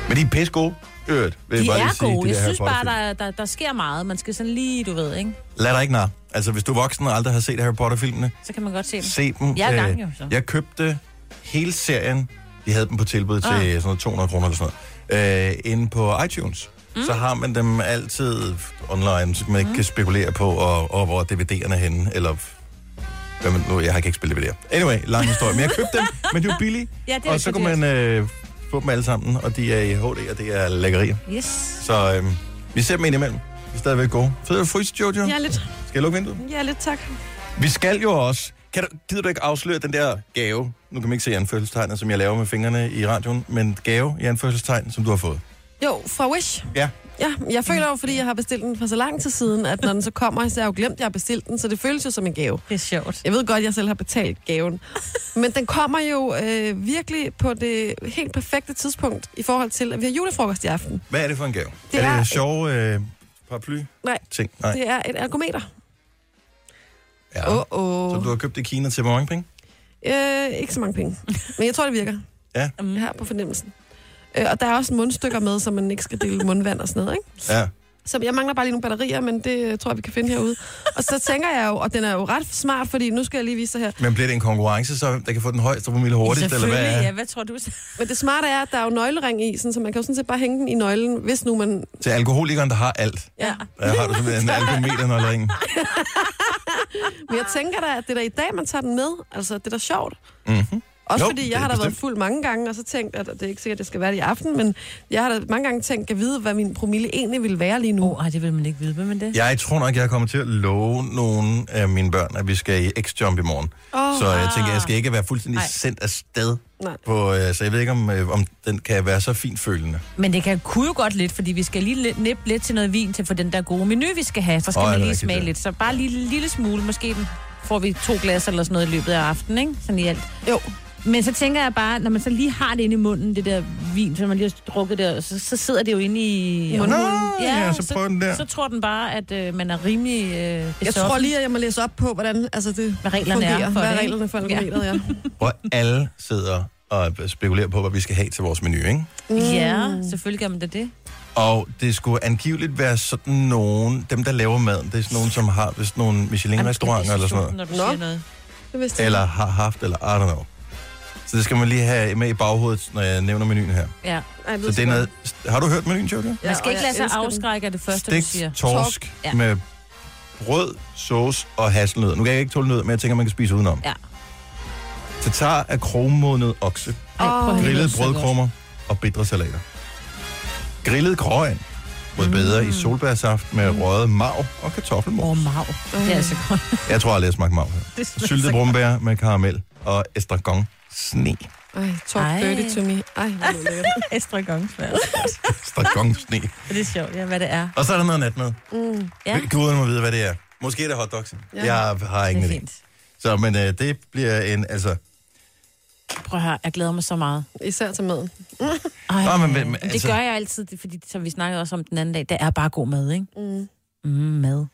Men de er pisse gode, øvrigt, vil jeg De bare lige er sige, gode. Jeg de der Harry synes bare, Potter-film. der, der, der sker meget. Man skal sådan lige, du ved, ikke? Lad dig ikke nar. Altså, hvis du er voksen og aldrig har set Harry Potter-filmene, Så kan man godt se dem. se dem. Jeg er i gang, Øh, jo, så. Jeg købte hele serien. De havde dem på tilbud til Ah. ah. sådan noget 200 kroner eller sådan noget. Øh, inde på iTunes. Mm. Så har man dem Mm. altid online, så man ikke kan spekulere på, og, og hvor DVD'erne er henne, eller Hvad man, nu, jeg har ikke spillet ved det her. Anyway, lang historie. Men jeg købte dem, men de var billige. Ja, det er og så så kunne man øh, få dem alle sammen, og de er i HD, og det er lækkerier. Yes. Så øh, vi ser dem ind imellem. Vi er stadigvæk gode. Fed at fryse, Jojo. Ja, lidt. Skal jeg lukke vinduet? Ja, lidt tak. Vi skal jo også... Kan du, gider du ikke afsløre den der gave? Nu kan man ikke se anførselstegnet, som jeg laver med fingrene i radioen, men gave i anførselstegn, som du har fået. Jo, fra Wish. Ja. Ja, jeg føler jo, fordi jeg har bestilt den for så lang tid siden, at når den så kommer, så har jeg jo glemt, at jeg har bestilt den, så det føles jo som en gave. Det er sjovt. Jeg ved godt, at jeg selv har betalt gaven. Men den kommer jo øh, virkelig på det helt perfekte tidspunkt i forhold til, at vi har julefrokost i aften. Hvad er det for en gave? Det Det er, er er- det sjove øh, paraply? Nej. Ting? Nej. Det er et ergometer. Ja. Åh, åh. Så du har købt det i Kina til hvor mange penge? Øh, ikke så mange penge. Men jeg tror, det virker. Ja. Jeg har på fornemmelsen. Øh, og der er også mundstykker med, så man ikke skal dele mundvand og sådan noget, ikke? Ja. Så jeg mangler bare lige nogle batterier, men det øh, tror jeg, vi kan finde herude. Og så tænker jeg jo, og den er jo ret smart, fordi nu skal jeg lige vise dig her. Men bliver det en konkurrence, så hvem der kan få den højeste promille hurtigst, eller hvad? Selvfølgelig, er- ja. Hvad tror du? så? Men det smarte er, at der er jo nøglering i, sådan, så man kan jo sådan set bare hænge den i nøglen, hvis nu man... Til alkoholikeren, der har alt. Ja. Der har du simpelthen en alkometer, når der ingen. Men jeg tænker da, at det er da i dag, man tager den med. Altså, det er da sjovt. Mm-hmm. Også Jo, jo, fordi det er jeg har da været bestemt. fuld mange gange, og så tænkt, at og det er ikke sikkert, at det skal være det i aften, men jeg har da mange gange tænkt, at vide, hvad min promille egentlig ville være lige nu. Åh, oh, det vil man ikke vide, men det? Jeg tror nok, jeg kommer til at love nogen af mine børn, at vi skal i X-Jump i morgen. Åh, ah. så jeg tænker, jeg skal ikke være fuldstændig Ej. sendt af sted. Nej. På, øh, så jeg ved ikke, om, øh, om den kan være så fint følende. Men det kan kunne jo godt lidt, fordi vi skal lige lidt- nippe lidt til noget vin til for den der gode menu, vi skal have. Så skal Åh, oh, ja, man det er lige rigtigt, smage ja. lidt. Så bare lige en lille smule. Måske den får vi to glas eller sådan noget i løbet af aftenen, ikke? Sådan i alt. Jo. Men så tænker jeg bare, når man så lige har det inde i munden, det der vin, som man lige har drukket der, så, så sidder det jo inde i... Nå, ja, så prøv den der. Så tror den bare, at øh, man er rimelig øh, Jeg tror lige, at jeg må læse op på, hvordan altså det Hvad reglerne er fungerer. for hvad det, er ikke? reglerne for Ja. algoritmet, ja. Hvor alle sidder og spekulerer på, hvad vi skal have til vores menu, ikke? Mm. Ja, selvfølgelig gør man da det. Og det skulle angiveligt være sådan nogen, dem der laver maden, det er sådan nogen, som har vist nogle Michelin-restauranter eller sådan noget. Når du Nå. siger noget. Det vidste jeg. Eller har haft, eller I don't know. Så det skal man lige have med i baghovedet, når jeg nævner menuen her. Ja. Ej, det Så lyder det er godt. noget... Har du hørt menuen, Jojo? Ja, Man skal ikke og jeg lade sig elsker den. afskrække af det første, du siger. Stegt torsk Ja. med brød, sauce og hasselnød. Nu kan jeg ikke tåle nød, men jeg tænker, man kan spise udenom. Ja. Tatar af krogmodnet okse, Ej, prøv at høre, grillede så godt. brødkrummer og bitre salater. Grillet grøn, rødbeder Mm. i solbærsaft med røget marv og kartoffelmos. Åh, oh, mav. Det er altså godt. Jeg tror aldrig, jeg smagte mag her. Det smager Syltet så brumbær med karamel og estragon sne. Ej, talk Ej. Ej. dirty to me. Ej, hvor er det lækkert. Ekstra gang. Estragon sne. Det er sjovt, ja, hvad det er. Og så er der noget natmad. Mm, Ja, Ja. Guden må vide, hvad det er. Måske er det hotdogs. Ja. Jeg har det ingen er idé. fint. Så, men øh, det bliver en, altså... Prøv at høre, jeg glæder mig så meget. Især til maden. Ej, Nå, men- men- det altså- gør jeg altid, det er fordi, som vi snakkede også om den anden dag, det er bare god mad, ikke? Mm. Mm, mad.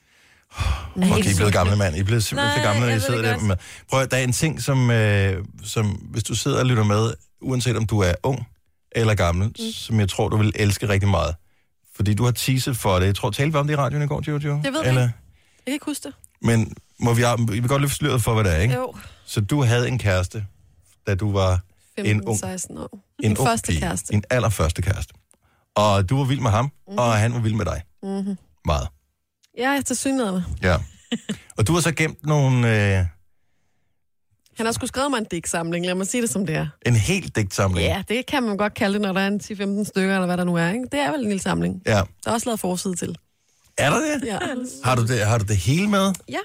Okay, I er blevet gamle, mand. I er blevet simpelthen så Nej, gamle, når jeg I ved sidder det der godt. med. Prøv at- der er en ting, som, øh, som hvis du sidder og lytter med, uanset om du er ung eller gammel, mm. som jeg tror, du vil elske rigtig meget. Fordi du har teaset for det. Jeg tror, talte vi om det i radioen i går, Jojo? Jeg ved det eller? Jeg kan ikke huske det. Men må vi, vi vil godt løfte sløret for, hvad det er, ikke? Jo, Så du havde en kæreste, da du var 15, ung- 16 år. en Min ung første pige. kæreste. Mhm. Din allerførste kæreste. Og du var vild med ham, mm-hmm. og han var vild med dig. Mm-hmm. Meget. Ja, jeg er til synligheden. Ja. og du har så gemt nogle, øh, Han har sgu skrevet mig en digtsamling, lad mig sige det som det er. en hel digtsamling. Ja, det kan man godt kalde det, når der er en 10-15 stykker, eller hvad der nu er. Ikke? Det er vel en lille samling. ja. Der er også lavet forside til. Er der det? Ja. Har du det, har du det hele med? ja.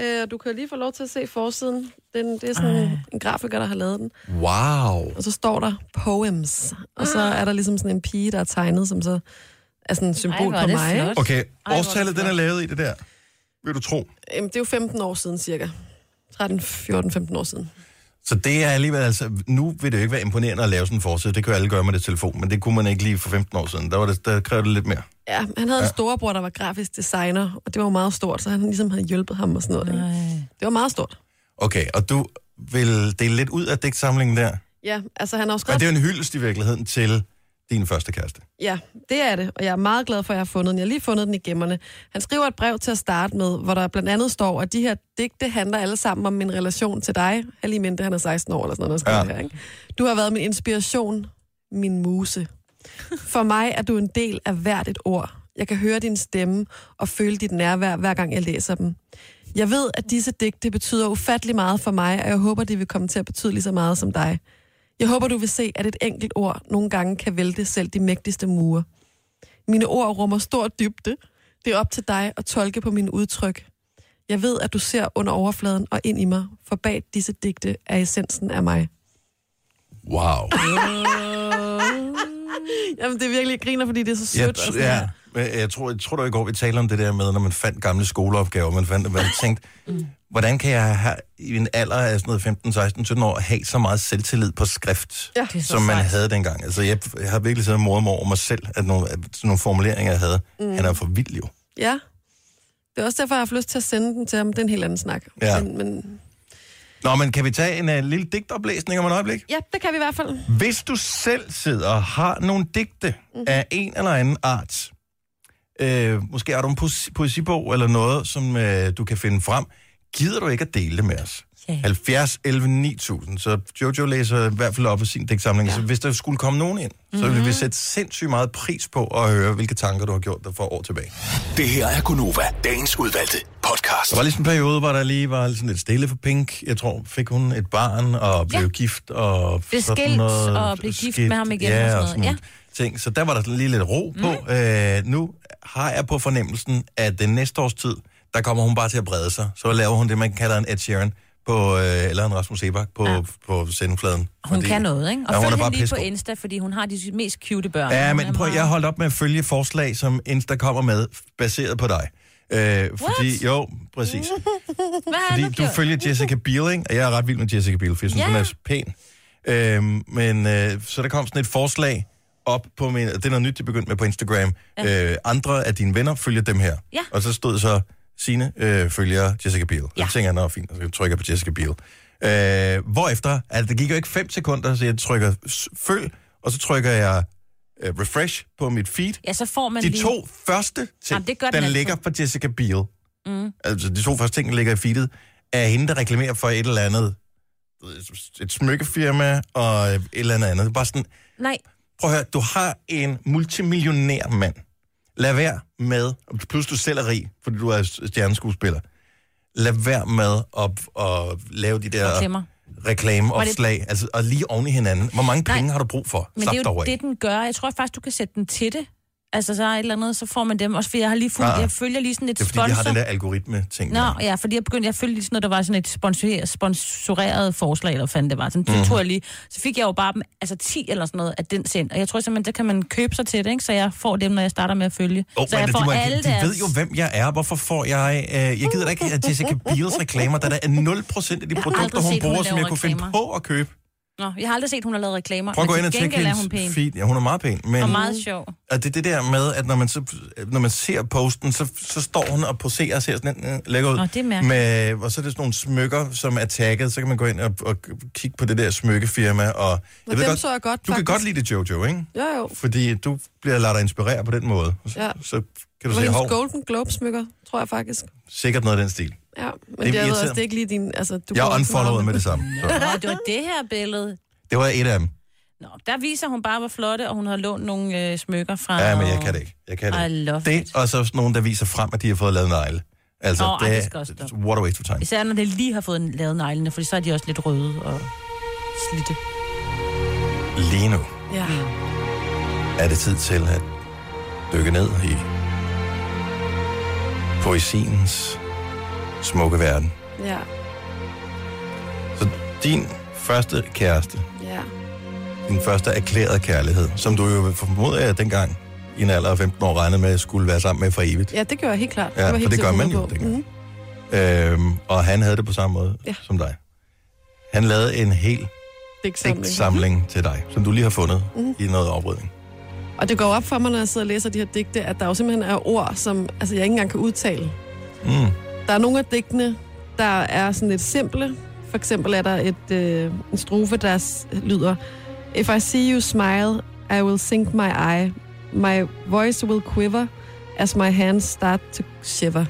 Øh, du kan lige få lov til at se forsiden. Den, det er sådan en grafiker, der har lavet den. Wow. Og så står der poems. Og så Ah. er der ligesom sådan en pige, der er tegnet, som så er sådan et symbol hvor er på det mig. ikke? flot. Okay, hvor er det årstallet den er flot. lavet i det der. Vil du tro? Jamen, det er jo 15 år siden cirka. 13, 14, 15 år siden. Så det er alligevel, altså, nu vil det jo ikke være imponerende at lave sådan en forside. Det kan jo alle gøre med det telefon, men det kunne man ikke lige for 15 år siden. Der, var det, der krævede det lidt mere. Ja, han havde ja. en storebror, der var grafisk designer, og det var jo meget stort, så han ligesom havde hjulpet ham og sådan noget. Ikke? Det var meget stort. Okay, og du vil dele lidt ud af digtsamlingen der? Ja, altså han har jo skrevet... Men det er jo en hyldest i virkeligheden til din første kæreste. Ja, det er det, og jeg er meget glad for, at jeg har fundet den. Jeg har lige fundet den i gemmerne. Han skriver et brev til at starte med, hvor der blandt andet står, at de her digte handler alle sammen om min relation til dig. Jeg lige mente, han er 16 år eller sådan noget. Ja. Ja. Her, ikke? Du har været min inspiration, min muse. For mig er du en del af hvert et ord. Jeg kan høre din stemme og føle dit nærvær, hver gang jeg læser dem. Jeg ved, at disse digte betyder ufattelig meget for mig, og jeg håber, det vil komme til at betyde lige så meget som dig. Jeg håber, du vil se, at et enkelt ord nogle gange kan vælte selv de mægtigste mure. Mine ord rummer stor dybde. Det er op til dig at tolke på mine udtryk. Jeg ved, at du ser under overfladen og ind i mig, for bag disse digte er essensen af mig. Wow. Jamen, det er virkelig jeg griner, fordi det er så sødt. Jeg, og tr- sådan ja, her. men jeg tror, jeg tror, der i går, vi talte om det der med, når man fandt gamle skoleopgaver, man fandt, man tænkte, Mm. hvordan kan jeg have, i en alder af sådan noget 15, 16, 17 år, have så meget selvtillid på skrift, Ja. ja, som man havde dengang. Altså, jeg, jeg har virkelig siddet og mormor over mig selv, at nogle, at sådan nogle formuleringer, jeg havde, mm. han er for vild jo. Ja. Det er også derfor, jeg har haft lyst til at sende den til ham. Det er en helt anden snak. Ja. Men, men, Nå, men kan vi tage en uh, lille digtoplæsning om et øjeblik? ja, det kan vi i hvert fald. Hvis du selv sidder og har nogle digte mm. af en eller anden art, øh, måske har du en poesi- poesibog eller noget, som øh, du kan finde frem, gider du ikke at dele det med os? Ja. 70, 11, 9000. Så Jojo læser i hvert fald op af sin digtsamling. Ja. Så hvis der skulle komme nogen ind, så ville vi sætte sindssygt meget pris på at høre, hvilke tanker du har gjort dig for år tilbage. Det her er Gunova, dagens udvalgte podcast. Der var ligesom en periode, hvor der lige var sådan lidt stille for Pink. Jeg tror, fik hun et barn og blev ja. gift og... Blev sådan skilt og blev gift med ham igen ja, og sådan og noget. sådan nogle ting. Så der var der sådan lige lidt ro på. Mm. Øh, nu har jeg på fornemmelsen, at den næste års tid, der kommer hun bare til at brede sig. Så laver hun det, man kalder en Ed Sheeran på, øh, eller en Rasmus Sebak på, ja. på sendefladen. Hun kan noget, ikke? Og Ja, hun følg er hende bare lige på pissegod. Insta, fordi hun har de mest cute børn. Ja, Hun men er prøv, jeg har holdt op med at følge forslag, som Insta kommer med, baseret på dig. Øh, fordi, jo, præcis. Hvad har Fordi han nu du gjort? følger Jessica Biel, ikke? Og jeg er ret vild med Jessica Biel, for jeg synes, Ja. hun er så pæn. Øhm, men øh, så der kom sådan et forslag op på min... Det er noget nyt, de begyndte med på Instagram. Ja. Øh, andre af dine venner følger dem her. Ja. Og så stod så, Signe øh, følger Jessica Biel. Ja. Ja. Jeg tænker, nå, fint, og så trykker jeg på Jessica Biel. Øh, hvorefter, altså det gik jo ikke fem sekunder, så jeg trykker s- følg, og så trykker jeg øh, refresh på mit feed. Ja, så får man De lige... to første ting, Jamen, det gør den der altid. ligger på Jessica Biel, mm. altså de to første ting, der ligger i feedet, er hende, der reklamerer for et eller andet, du ved, et smykkefirma og et eller andet andet. Bare sådan, Nej, prøv at høre, du har en multimillionær mand. Lad være med, plus du selv er rig, fordi du er stjerneskuespiller. Lad være med at, at lave de der Reklamer. reklameopslag, altså, og lige oven i hinanden. Hvor mange Nej. penge har du brug for? men Slap det er dig jo over det, den gør. Jeg tror faktisk, du kan sætte den til det. Altså, så er et eller andet, så får man dem. Også fordi jeg har lige fulgt, Ah. jeg følger lige sådan et det er fordi, sponsor. de har den der algoritme-ting. der. Nå, ja, fordi jeg begyndte, jeg følte lige sådan noget, der var sådan et sponsor- sponsoreret forslag, eller hvad fanden det var. Sådan, det Mhm. tror jeg lige. Så fik jeg jo bare dem, altså 10 eller sådan noget af den send. Og jeg tror simpelthen, der kan man købe sig til det, ikke? Så jeg får dem, når jeg starter med at følge. Oh, så jeg men de, må, de, de ved jo, hvem jeg er. Hvorfor får jeg... Øh, jeg gider da ikke at Jessica Biels reklamer, da der er 0% af de produkter, aldrig hun set, hun bruger, som jeg laver kunne finde reklamer. på at købe. Nå, jeg har aldrig set, hun har lavet reklamer. Prøv at gå men ind og til tjekke gengæld er hun pæn. hendes feed. Ja, hun er meget pæn. Men Og meget sjov. og det er det der med, at når man, så, når man ser posten, så, så står hun og poserer og ser sådan en øh, lækker ud. Nå, det er mærkeligt. med, og så er det sådan nogle smykker, som er tagget. Så kan man gå ind og, og kigge på det der smykkefirma. Og, jeg dem så jeg godt, du kan faktisk. godt lide det, Jojo, ikke? Jo, jo. Fordi du bliver lader dig inspirere på den måde. Så, Ja. så kan Det du var se, hendes hov, Golden Globe-smykker, tror jeg faktisk. sikkert noget af den stil. Ja, men det, det er irriterende. også det er ikke lige din... Altså, du går Jeg ikke så meget unfollowede op i det. med det samme. Så. Og det var det her billede. Det var et af dem. Nå, der viser hun bare, hvor flotte, og hun har lånt nogle øh, smykker fra... Ja, men jeg kan det ikke. Jeg kan I det love ikke. Det, it. og så sådan nogen, der viser frem, at de har fået lavet negle. Altså, Nå, ej, det, det skal også stoppe. what a waste of time. Især når det lige har fået lavet neglene, for så er de også lidt røde og slidte. Lige nu Ja. er det tid til at dykke ned i poesiens smukke verden. Ja. Så din første kæreste, Ja. din første erklærede kærlighed, som du jo formoder dengang i en alder af 15 år regnede med, skulle være sammen med for evigt. ja, det gør jeg helt klart. Ja, var for helt det gør sikker man jo på. dengang. Mhm. Øhm, og han havde det på samme måde ja. Ja. som dig. Han lavede en hel Det er ikke samling. Mhm. digtsamling til dig, som du lige har fundet mm. i noget oprydning. Og det går op for mig, når jeg sidder og læser de her digte, at der jo simpelthen er ord, som altså, jeg ikke engang kan udtale. Mm. Der er nogle af digtene, der er sådan lidt simple. For eksempel er der et, øh, en strofe, der s- lyder If I see you smile, I will sink my eye. My voice will quiver, as my hands start to shiver.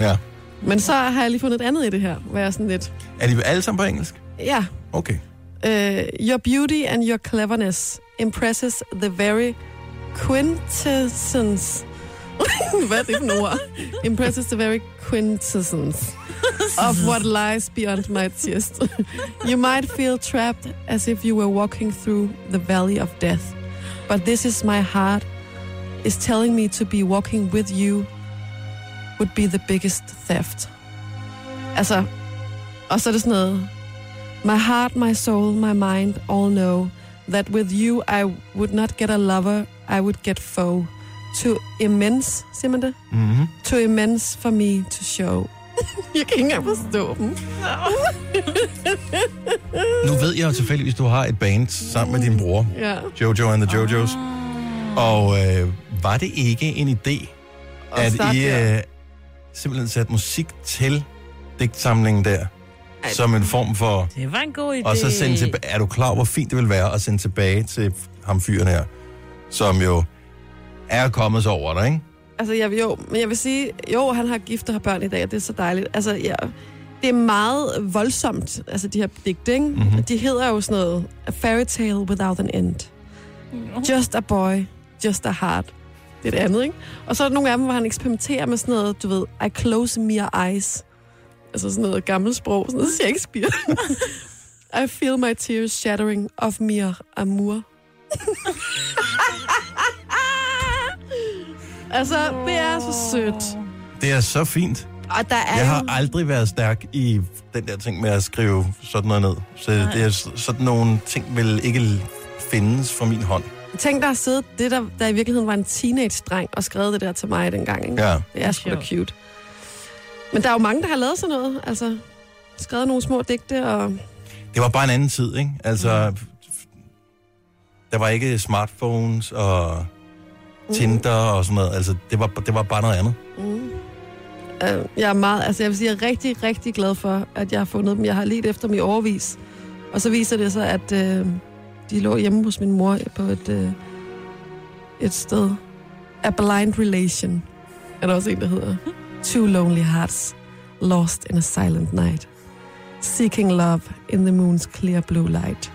Ja. Men så har jeg lige fundet et andet i det her, hvor jeg er sådan lidt, Er de alle sammen på engelsk? ja, Okay. øh, Your beauty and your cleverness impresses the very quintessence Hvad er det for nogle ord? Impresses the very quintessence of what lies beyond my chest. you might feel trapped as if you were walking through the valley of death. But this is my heart is telling me to be walking with you would be the biggest theft. Altså, og så er det sådan noget. My heart, my soul, my mind all know that with you I would not get a lover, I would get foe. Too immense, siger man det? Mm-hmm. Too immense for me to show. jeg kan ikke engang forstå dem. Nu ved jeg jo tilfældigvis, du har et band sammen med din bror, Ja. Ah. Jojo and the Jojos. Og øh, var det ikke en idé, Og at starte I der. øh, simpelthen satte musik til digtsamlingen der? Som en form for... Det var en god idé. Og så sende tilbage... Er du klar over, hvor fint det ville være at sende tilbage til ham fyren her, som jo er kommet sig over dig, ikke? Altså, jeg, vil- jo, men jeg vil sige, jo, han har gift og har børn i dag, og det er så dejligt. Altså, ja, det er meget voldsomt, altså de her digte, ikke? Mhm. Mm-hmm. De hedder jo sådan noget, A fairy tale without an end. Just a boy, just a heart. Det er det andet, ikke? Og så er der nogle af dem, hvor han eksperimenterer med sådan noget, du ved, I close me eyes. Altså sådan noget gammelt sprog, sådan noget Shakespeare. I feel my tears shattering of mere amour. altså, det er så sødt. Det er så fint. Og der er Jeg har jo... aldrig været stærk i den der ting med at skrive sådan noget ned. Så det er s- sådan nogle ting, vil ikke l- findes fra min hånd. Tænk dig at sidde det, der, der i virkeligheden var en teenage-dreng, og skrev det der til mig dengang. Ikke? Ja. Det er sgu da cute. Men der er jo mange, der har lavet sådan noget. Altså, skrevet nogle små digte, og Det var bare en anden tid, ikke? Altså, der var ikke smartphones og Tinder og sådan noget. Altså, det var, det var bare noget andet. Mm. øh, jeg er meget, altså jeg vil sige, jeg er rigtig, rigtig glad for, at jeg har fundet dem. Jeg har let efter dem i overvis. Og så viser det sig, at øh, de lå hjemme hos min mor på et, øh, et sted. A Blind Relation er der også en, der hedder. Two Lonely Hearts Lost in a Silent Night. Seeking Love in the Moon's Clear Blue Light.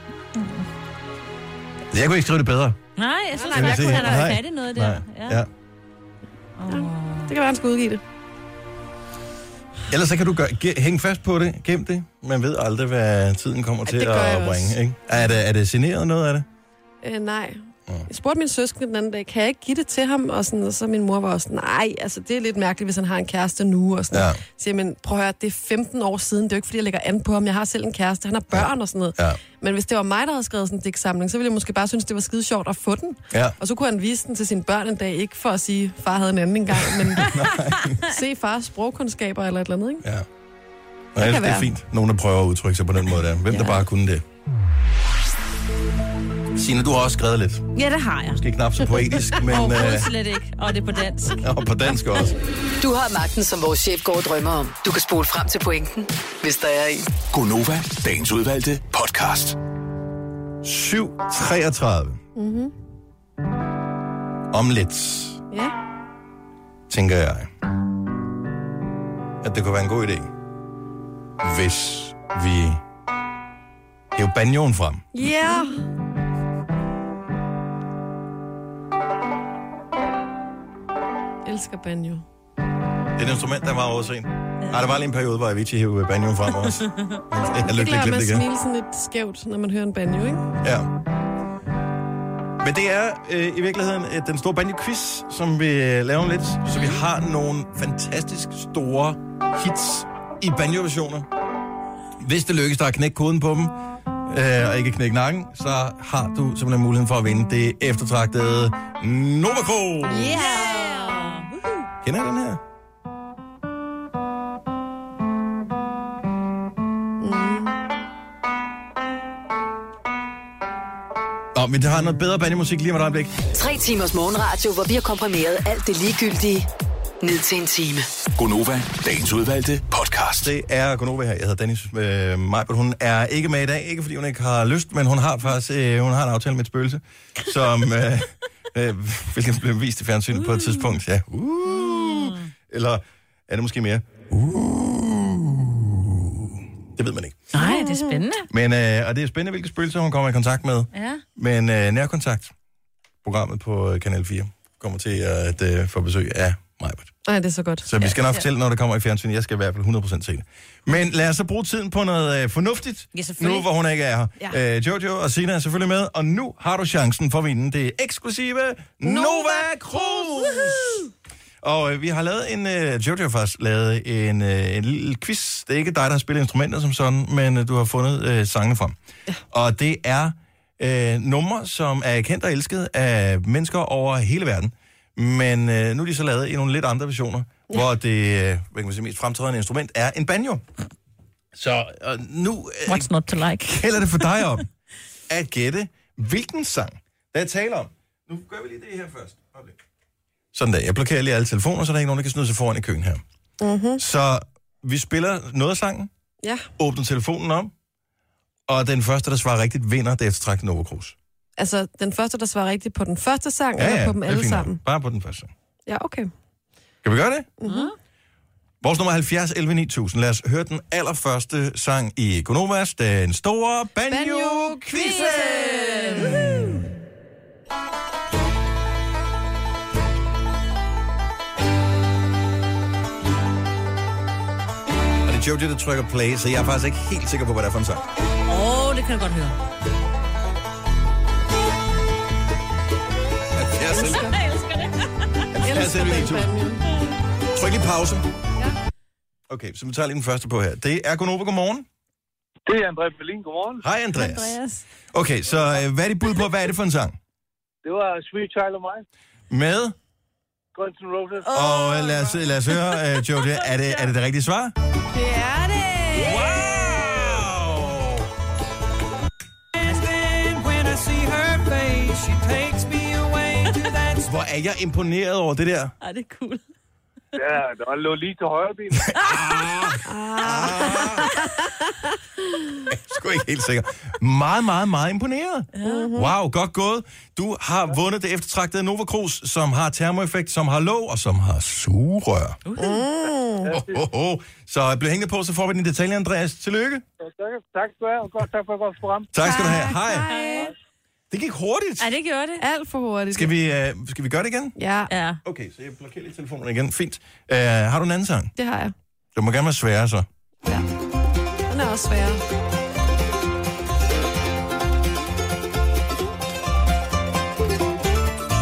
Jeg kunne ikke skrive det bedre. Nej, jeg synes, Kan vi han se kunne her? have Nej. fat i noget der. Nej. Ja. Det kan være, han skal udgive det. Ellers så kan du gøre, ge- hænge fast på det, gem det. Man ved aldrig, hvad tiden kommer til det gør jeg at også. bringe. Ikke? Er, det, er det generet noget af det? Øh, nej. Jeg spurgte min søskende den anden dag, kan jeg ikke give det til ham? Og, sådan, og så min mor var også sådan, nej, altså det er lidt mærkeligt, hvis han har en kæreste nu. Og sådan Ja. ja. siger, men prøv at høre, det er 15 år siden, det er jo ikke fordi, jeg lægger an på ham. Jeg har selv en kæreste, han har børn og sådan noget. Ja. Men hvis det var mig, der havde skrevet sådan en digtsamling, så ville jeg måske bare synes, det var skide sjovt at få den. Ja. Og så kunne han vise den til sine børn en dag, ikke for at sige, far havde en anden engang, men se fars sprogkundskaber eller et eller andet, ikke? Ja. Og det, det er være. fint. Nogen, der prøver at udtrykke sig på den måde der. Hvem ja. der bare kunne det. Signe, du har også skrevet lidt. ja, det har jeg. Måske knap så poetisk, men Overhovedet øh, slet ikke. Og det er på dansk. og på dansk også. Du har magten, som vores chef går og drømmer om. Du kan spole frem til pointen, hvis der er en. Gonova, dagens udvalgte podcast. 7.33. Mm-hmm. Mhm. Om lidt, Ja. tænker jeg, at det kunne være en god idé, hvis vi hæver banjoen frem. Ja. Elsker banjo. Det er et instrument, der var overset. Nej, der var lige en periode, hvor Avicii hævde banjoen frem også. Jeg Det lykkelig klarer glemt man at det igen. smile sådan lidt skævt, når man hører en banjo, ikke? Ja. Men det er øh, i virkeligheden øh, den store banjo-quiz, som vi øh, laver om lidt. Så vi har nogle fantastisk store hits i banjo-versioner. Hvis det lykkes dig at knække koden på dem, øh, og ikke knække nakken, så har du simpelthen muligheden for at vinde det eftertragtede Novaco. Yeah! Kender I den her? Mm. Nå, men det har noget bedre bandemusik lige om et øjeblik. Tre timers morgenradio, hvor vi har komprimeret alt det ligegyldige ned til en time. Gonova, dagens udvalgte podcast. Det er Gunova her. Jeg hedder Dennis øh, Majbert. Hun er ikke med i dag. Ikke fordi hun ikke har lyst, men hun har faktisk øh, hun har en aftale med et spøgelse, som, øh, øh, hvilket blev vist i fjernsynet på et tidspunkt. Ja. Uh. Eller er det måske mere? Uh. Det ved man ikke. Nej, det er spændende. Men, øh, og det er spændende, hvilke spøgelser hun kommer i kontakt med. Ja. Men øh, nærkontakt, programmet på øh, Kanal 4, kommer til at øh, få besøg af Majbert. Nej, det er så godt. Så vi skal nok fortælle, når det kommer i fjernsyn. Jeg skal i hvert fald 100% se det. Men lad os så bruge tiden på noget øh, fornuftigt, Ja, selvfølgelig. nu hvor hun ikke er her. Ja. Øh, Jojo og Sina er selvfølgelig med, og nu har du chancen for at vinde det eksklusive Nova, Cruz. Og øh, vi har lavet en, øh, Jojo har faktisk lavet en, øh, en lille quiz. Det er ikke dig, der har spillet instrumenter som sådan, men øh, du har fundet øh, sangene frem. Ja. Og det er øh, numre, som er kendt og elsket af mennesker over hele verden. Men øh, nu er de så lavet i nogle lidt andre versioner, ja. hvor det øh, hvad kan man sige, mest fremtrædende instrument er en banjo. Så øh, nu øh, What's not to like? gælder det for dig om at gætte, hvilken sang, der er tale om. Nu gør vi lige det her først. Øjeblik. Sådan der. Jeg blokerer lige alle telefoner, så der er ikke nogen, der kan snyde sig foran i køen her. Mhm. Mm-hmm. Så vi spiller noget af sangen, Ja, åbner telefonen om, og den første, der svarer rigtigt, vinder det eftertragtede Nova Cruz. altså den første, der svarer rigtigt på den første sang, ja, eller på dem det er alle fint nok. sammen. Bare på den første. Ja, okay. Kan vi gøre det? Mm-hmm. Vores nummer er 70 11 9000. Lad os høre den allerførste sang i Konovas, den store banjo quizzen Og det er Jojo, der trykker play, så jeg er faktisk ikke helt sikker på, hvad det er for en sang. Åh, oh, det kan jeg godt høre. 70 11 Jeg elsker det. 70 11 9000. Banjo. Tryk lige pause. Okay, så vi tager lige den første på her. Det er Gunova. Godmorgen. Det er André Berlin, godmorgen. Hej, Andreas. Okay, så øh, hvad er dit bud på, hvad er det for en sang? Det var Sweet Child of Mine, Med, Guns N' Roses. og øh, lad os, lad os høre, øh, Joe, det, er, det, er det det rigtige svar? Det er det! Wow! Hvor er jeg imponeret over det der. Ej, det er cool. Ja, der lå lige til højre ben. Sgu ikke helt sikker. Meget, meget, meget imponeret. Wow, godt gået. Du har vundet det eftertragtede Nova Cruz, som har termoeffekt, som har låg og som har sugerør. Uh. Oh, oh, oh. Så bliv hængende på, så får vi den i detalje, Andreas. Tillykke. tak skal du have, og godt, tak for et godt program. Tak skal du have. Hej. Det gik hurtigt. Ej, det gjorde det. Alt for hurtigt. Skal vi, øh, skal vi gøre det igen? Ja, Ja. Okay, så jeg blokerer lige telefonen igen. Fint. Uh, har du en anden sang? det har jeg. Det må gerne være sværere, så. Ja. Den er også svær.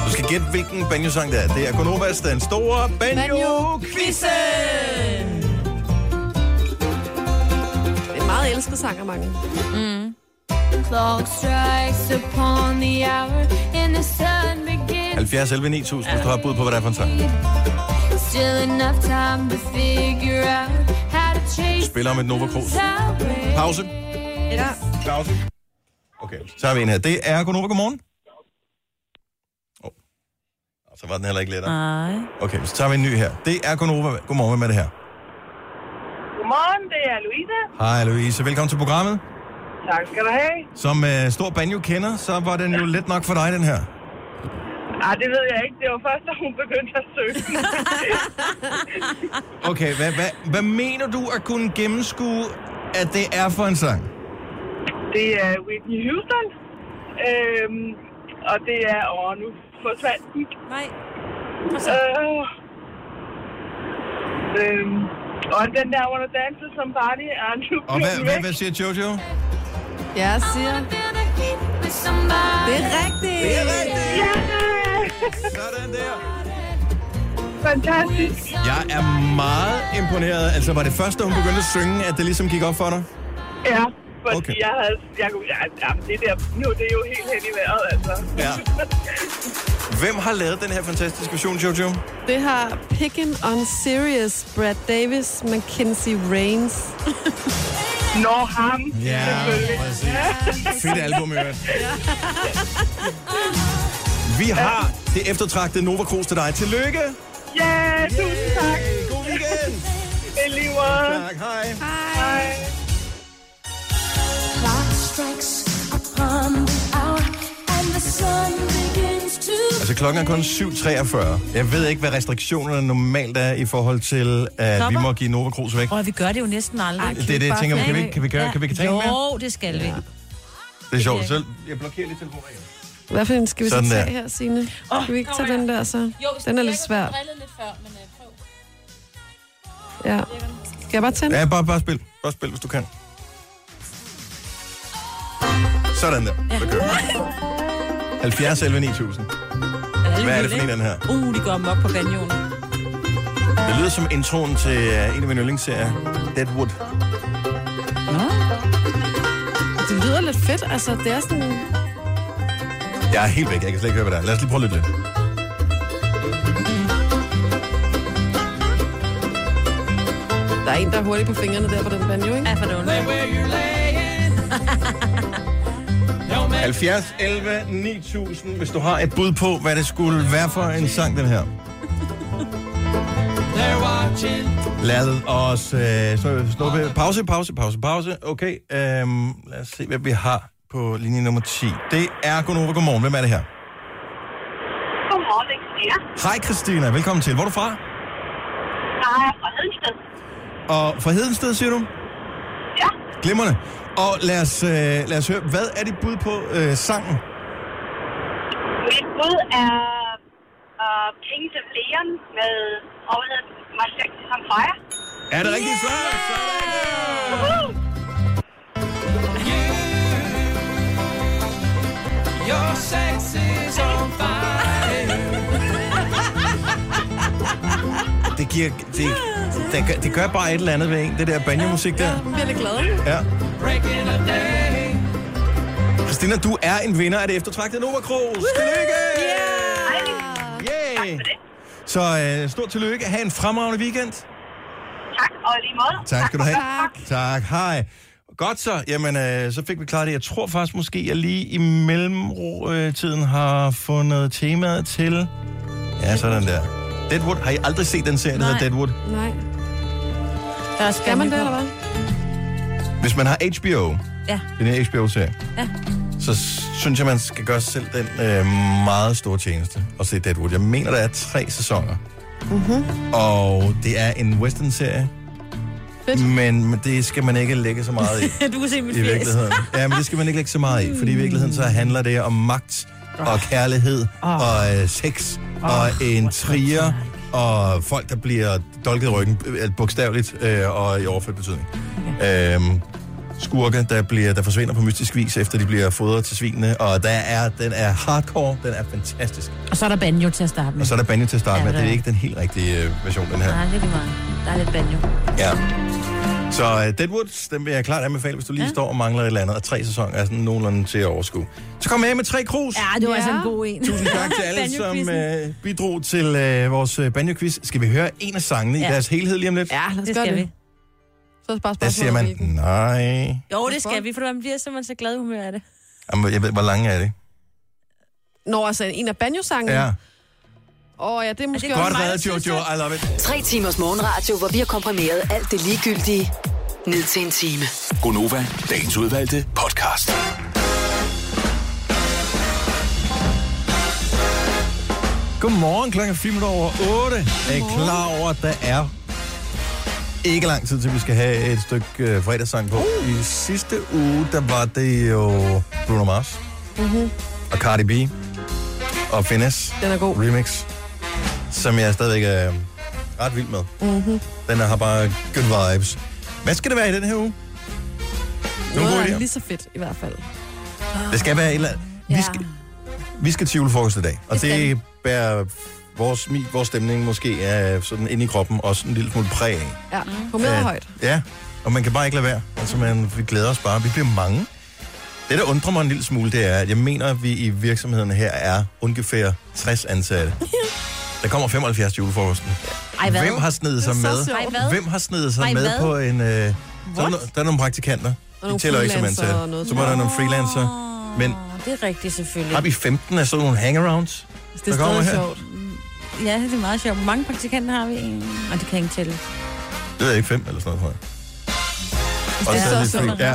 Du skal gætte, hvilken banjo-sang det er. Det er Konovas, den store banjo Quizzen! Det er en meget elsket sang af mange. Clock strikes upon the hour and the sun begins. 70 11 9000, hvis du har bud på, hvad det er for en sang. Still enough time to figure out how to chase Spiller om et Nova Cruz. away. Pause. Pause. Okay, så har vi en her. Det er Gunova, godmorgen. Oh. Så var den heller ikke lettere. Nej. Okay, så tager vi en ny her. Det er Gunova. Godmorgen, hvem er det her? Godmorgen, det er Louise. Hej Louise, velkommen til programmet. Tak skal du have. Som øh, stor banjo-kender, så var den jo let nok for dig, den her. Ej, Ah, det ved jeg ikke. Det var først, da hun begyndte at søge. Okay, hvad, hvad, hvad mener du at kunne gennemskue, at det er for en sang? det er Whitney Houston. Øhm, og det er... Åh, nu forsvandt den. Nej. Øh, øhm, og den der Wanna Dance with Somebody er nu Og hvad, blevet hvad, væk. hvad siger Jojo? Jeg siger, Feel the heat with somebody. det er rigtigt! Det er rigtigt! Ja! Sådan der. Fantastisk. Jeg er meget imponeret. Altså, var det først, da hun begyndte at synge, at det ligesom gik op for dig? Ja, fordi Okay. okay. jeg havde... Jeg, kunne, ja, jamen, det der... Nu det er jo helt hen i vejret, altså. Ja. Hvem har lavet den her fantastiske version, Jojo? Det har Pickin' on Serious, Brad Davis, Mackenzie Reigns. Når ham. selvfølgelig. præcis. Fedt album, i øvrigt. Vi har det eftertragtede Nova Cruz til dig. Tillykke! Ja, tusind tak. God weekend! I lige måde. Tak, hej. Hej. Clock strikes upon the hour and the sun begins to. Altså klokken er kun 7.43. Jeg ved ikke, hvad restriktionerne normalt er i forhold til, at vi Stopper. må give Nova Cruz væk. Og vi gør det jo næsten aldrig. Det er det, jeg tænker, kan vi, kan vi, gøre, kan vi tage en mere? Jo, det skal vi. Det er sjovt. Så jeg blokerer lige telefonen igen. Hvad for en skal vi Sådan så tage der. her, Signe? Skal vi ikke tage den der så? Den er lidt svær. lidt før, men øh, prøv. Ja. Skal jeg bare tænde? Ja, bare, bare spil. Bare spil, hvis du kan. Sådan der. Så kører vi. 70 11 9000. Hvad er det for en, den her? Uh, de går mok på banjoen. Det lyder som introen til øh, en af mine yndlingsserier, Deadwood. Det lyder lidt fedt. Altså, det er sådan... Jeg er helt væk. Jeg kan slet ikke høre, hvad der er. Lad os lige prøve lidt lidt. Der er en, der er hurtig på fingrene der på den banjo, ikke? Ja, for det ondt. 70 11 9000, hvis du har et bud på, hvad det skulle være for en sang, den her. Lad os øh, så stå ved. Pause, pause, pause, pause. Okay, øhm, lad os se, hvad vi har på linje nummer 10. Det er Gunova. Godmorgen. Hvem er det her? Godmorgen, det er Hej Christina, velkommen til. Hvor er du fra? Jeg er fra Hedensted. Og fra Hedensted, siger du? Ja. Glimrende. Og lad os, øh, lad os høre, hvad er dit bud på øh, sangen? Mit bud er uh, Kings of Leon med, og hvad hedder den? My Sex is on Fire. Er det rigtigt svar? Sådan der! Det giver... Det, det, gør, det gør bare et eller andet ved en, det der banjo-musik der. Man bliver lidt glad. Ah, Ja. Christina, du er en vinder af det eftertragtede Nova Cruz. Tillykke! Yeah! Så øh, stort tillykke. Ha' en fremragende weekend. Tak, og i lige måde. Tak skal du have. Tak. tak. Hej. Godt så. Jamen, øh, så fik vi klaret det. Jeg tror faktisk måske, jeg lige i mellemtiden har fundet temaet til... Ja, sådan der. Deadwood. Har I aldrig set den serie, der Nej. hedder Deadwood? Nej. Der er Skal man spændende det, på. eller hvad? Hvis man har HBO, Ja. den her HBO-serie, Ja. så s- synes jeg, man skal gøre sig selv den øh, meget store tjeneste og se Deadwood. Jeg mener, der er tre sæsoner. Mm-hmm. Og det er en western-serie. Fedt. Men men det skal man ikke lægge så meget i. du kan se mit i fjes. virkeligheden. Ja, men det skal man ikke lægge så meget i, fordi i virkeligheden så handler det om magt og kærlighed og øh, sex og intriger og folk, der bliver dolket i ryggen, øh, bogstaveligt øh, og i overført betydning. Øhm, skurke, der, bliver, der forsvinder på mystisk vis, efter de bliver fodret til svinene, og der er, den er hardcore, den er fantastisk. Og så er der banjo til at starte med. Og så er der banjo til at starte Ja, med, der det er er. ikke den helt rigtige øh, version, den her. Nej, det er lige meget. Der er lidt banjo. Ja. Så uh, Deadwood, den vil jeg klart anbefale, hvis du lige ja. står og mangler et eller andet, og tre sæsoner er sådan nogenlunde til at overskue. Så kom med med tre krus. Ja, det var Ja. altså en god en. Tusind tak til alle, som Banjo-quizzen. uh, bidrog til uh, vores øh, banjo-quiz. Skal vi høre en af sangene ja. i Ja. deres helhed lige om lidt? Ja, lad os Det gøre skal det. vi. Så er det bare Der siger spørgsmålet, man, hvilken. nej. Jo, det skal vi, for man bliver simpelthen så glad i humør af det. Jamen, jeg ved, hvor lange er det? Nå, altså en af banjosangene. Ja. Åh oh, ja, det er måske godt også... Godt mig, der reddet, synes Jojo. I love it. Tre timers morgenradio, hvor vi har komprimeret alt det ligegyldige ned til en time. Gonova, dagens udvalgte podcast. Godmorgen, klokken er 5 minutter over 8. Er I klar over, at der er ikke lang tid til, vi skal have et stykke øh, fredagssang på. Uh. I sidste uge, der var det jo Bruno Mars mm-hmm. og Cardi B og Finesse Mhm. Den er god. Remix, som jeg stadigvæk er ret vild med. Mm-hmm. Mhm. Den har bare good vibes. Hvad skal det være i den her uge? Noget Nogle gode er idéer? lige så fedt, i hvert fald. Det skal være et eller andet. Vi Ja. skal, vi skal til julefrokost i dag, og skal det bærer vores, smil, vores stemning måske er sådan ind i kroppen også en lille smule præg af. Ja, på med At- højt. Ja, og man kan bare ikke lade være. Altså, man, vi glæder os bare. Vi bliver mange. Det, der undrer mig en lille smule, det er, at jeg mener, at vi i virksomheden her er ungefær 60 ansatte. Der kommer 75 til julefrokosten. Ej, hvad? Hvem har snedet sig Det er så med? sjovt. Ej, hvad? Hvem har snedet sig Ej, med hvad? på en... Øh, så er der, no- der er nogle praktikanter. De nogle tæller ikke som freelancere ansatte. og noget Så var der sådan. nogle freelancer. Men Åh, det er rigtigt, selvfølgelig. har vi 15 af sådan nogle hangarounds? Det er Der kommer stadig her. sjovt. Ja, det er meget sjovt. Hvor mange praktikanter har vi? Og det kan jeg ikke tælle. Det ved jeg ikke, fem eller sådan noget, tror jeg. Og Det er er så det sjovt. fri- Ja.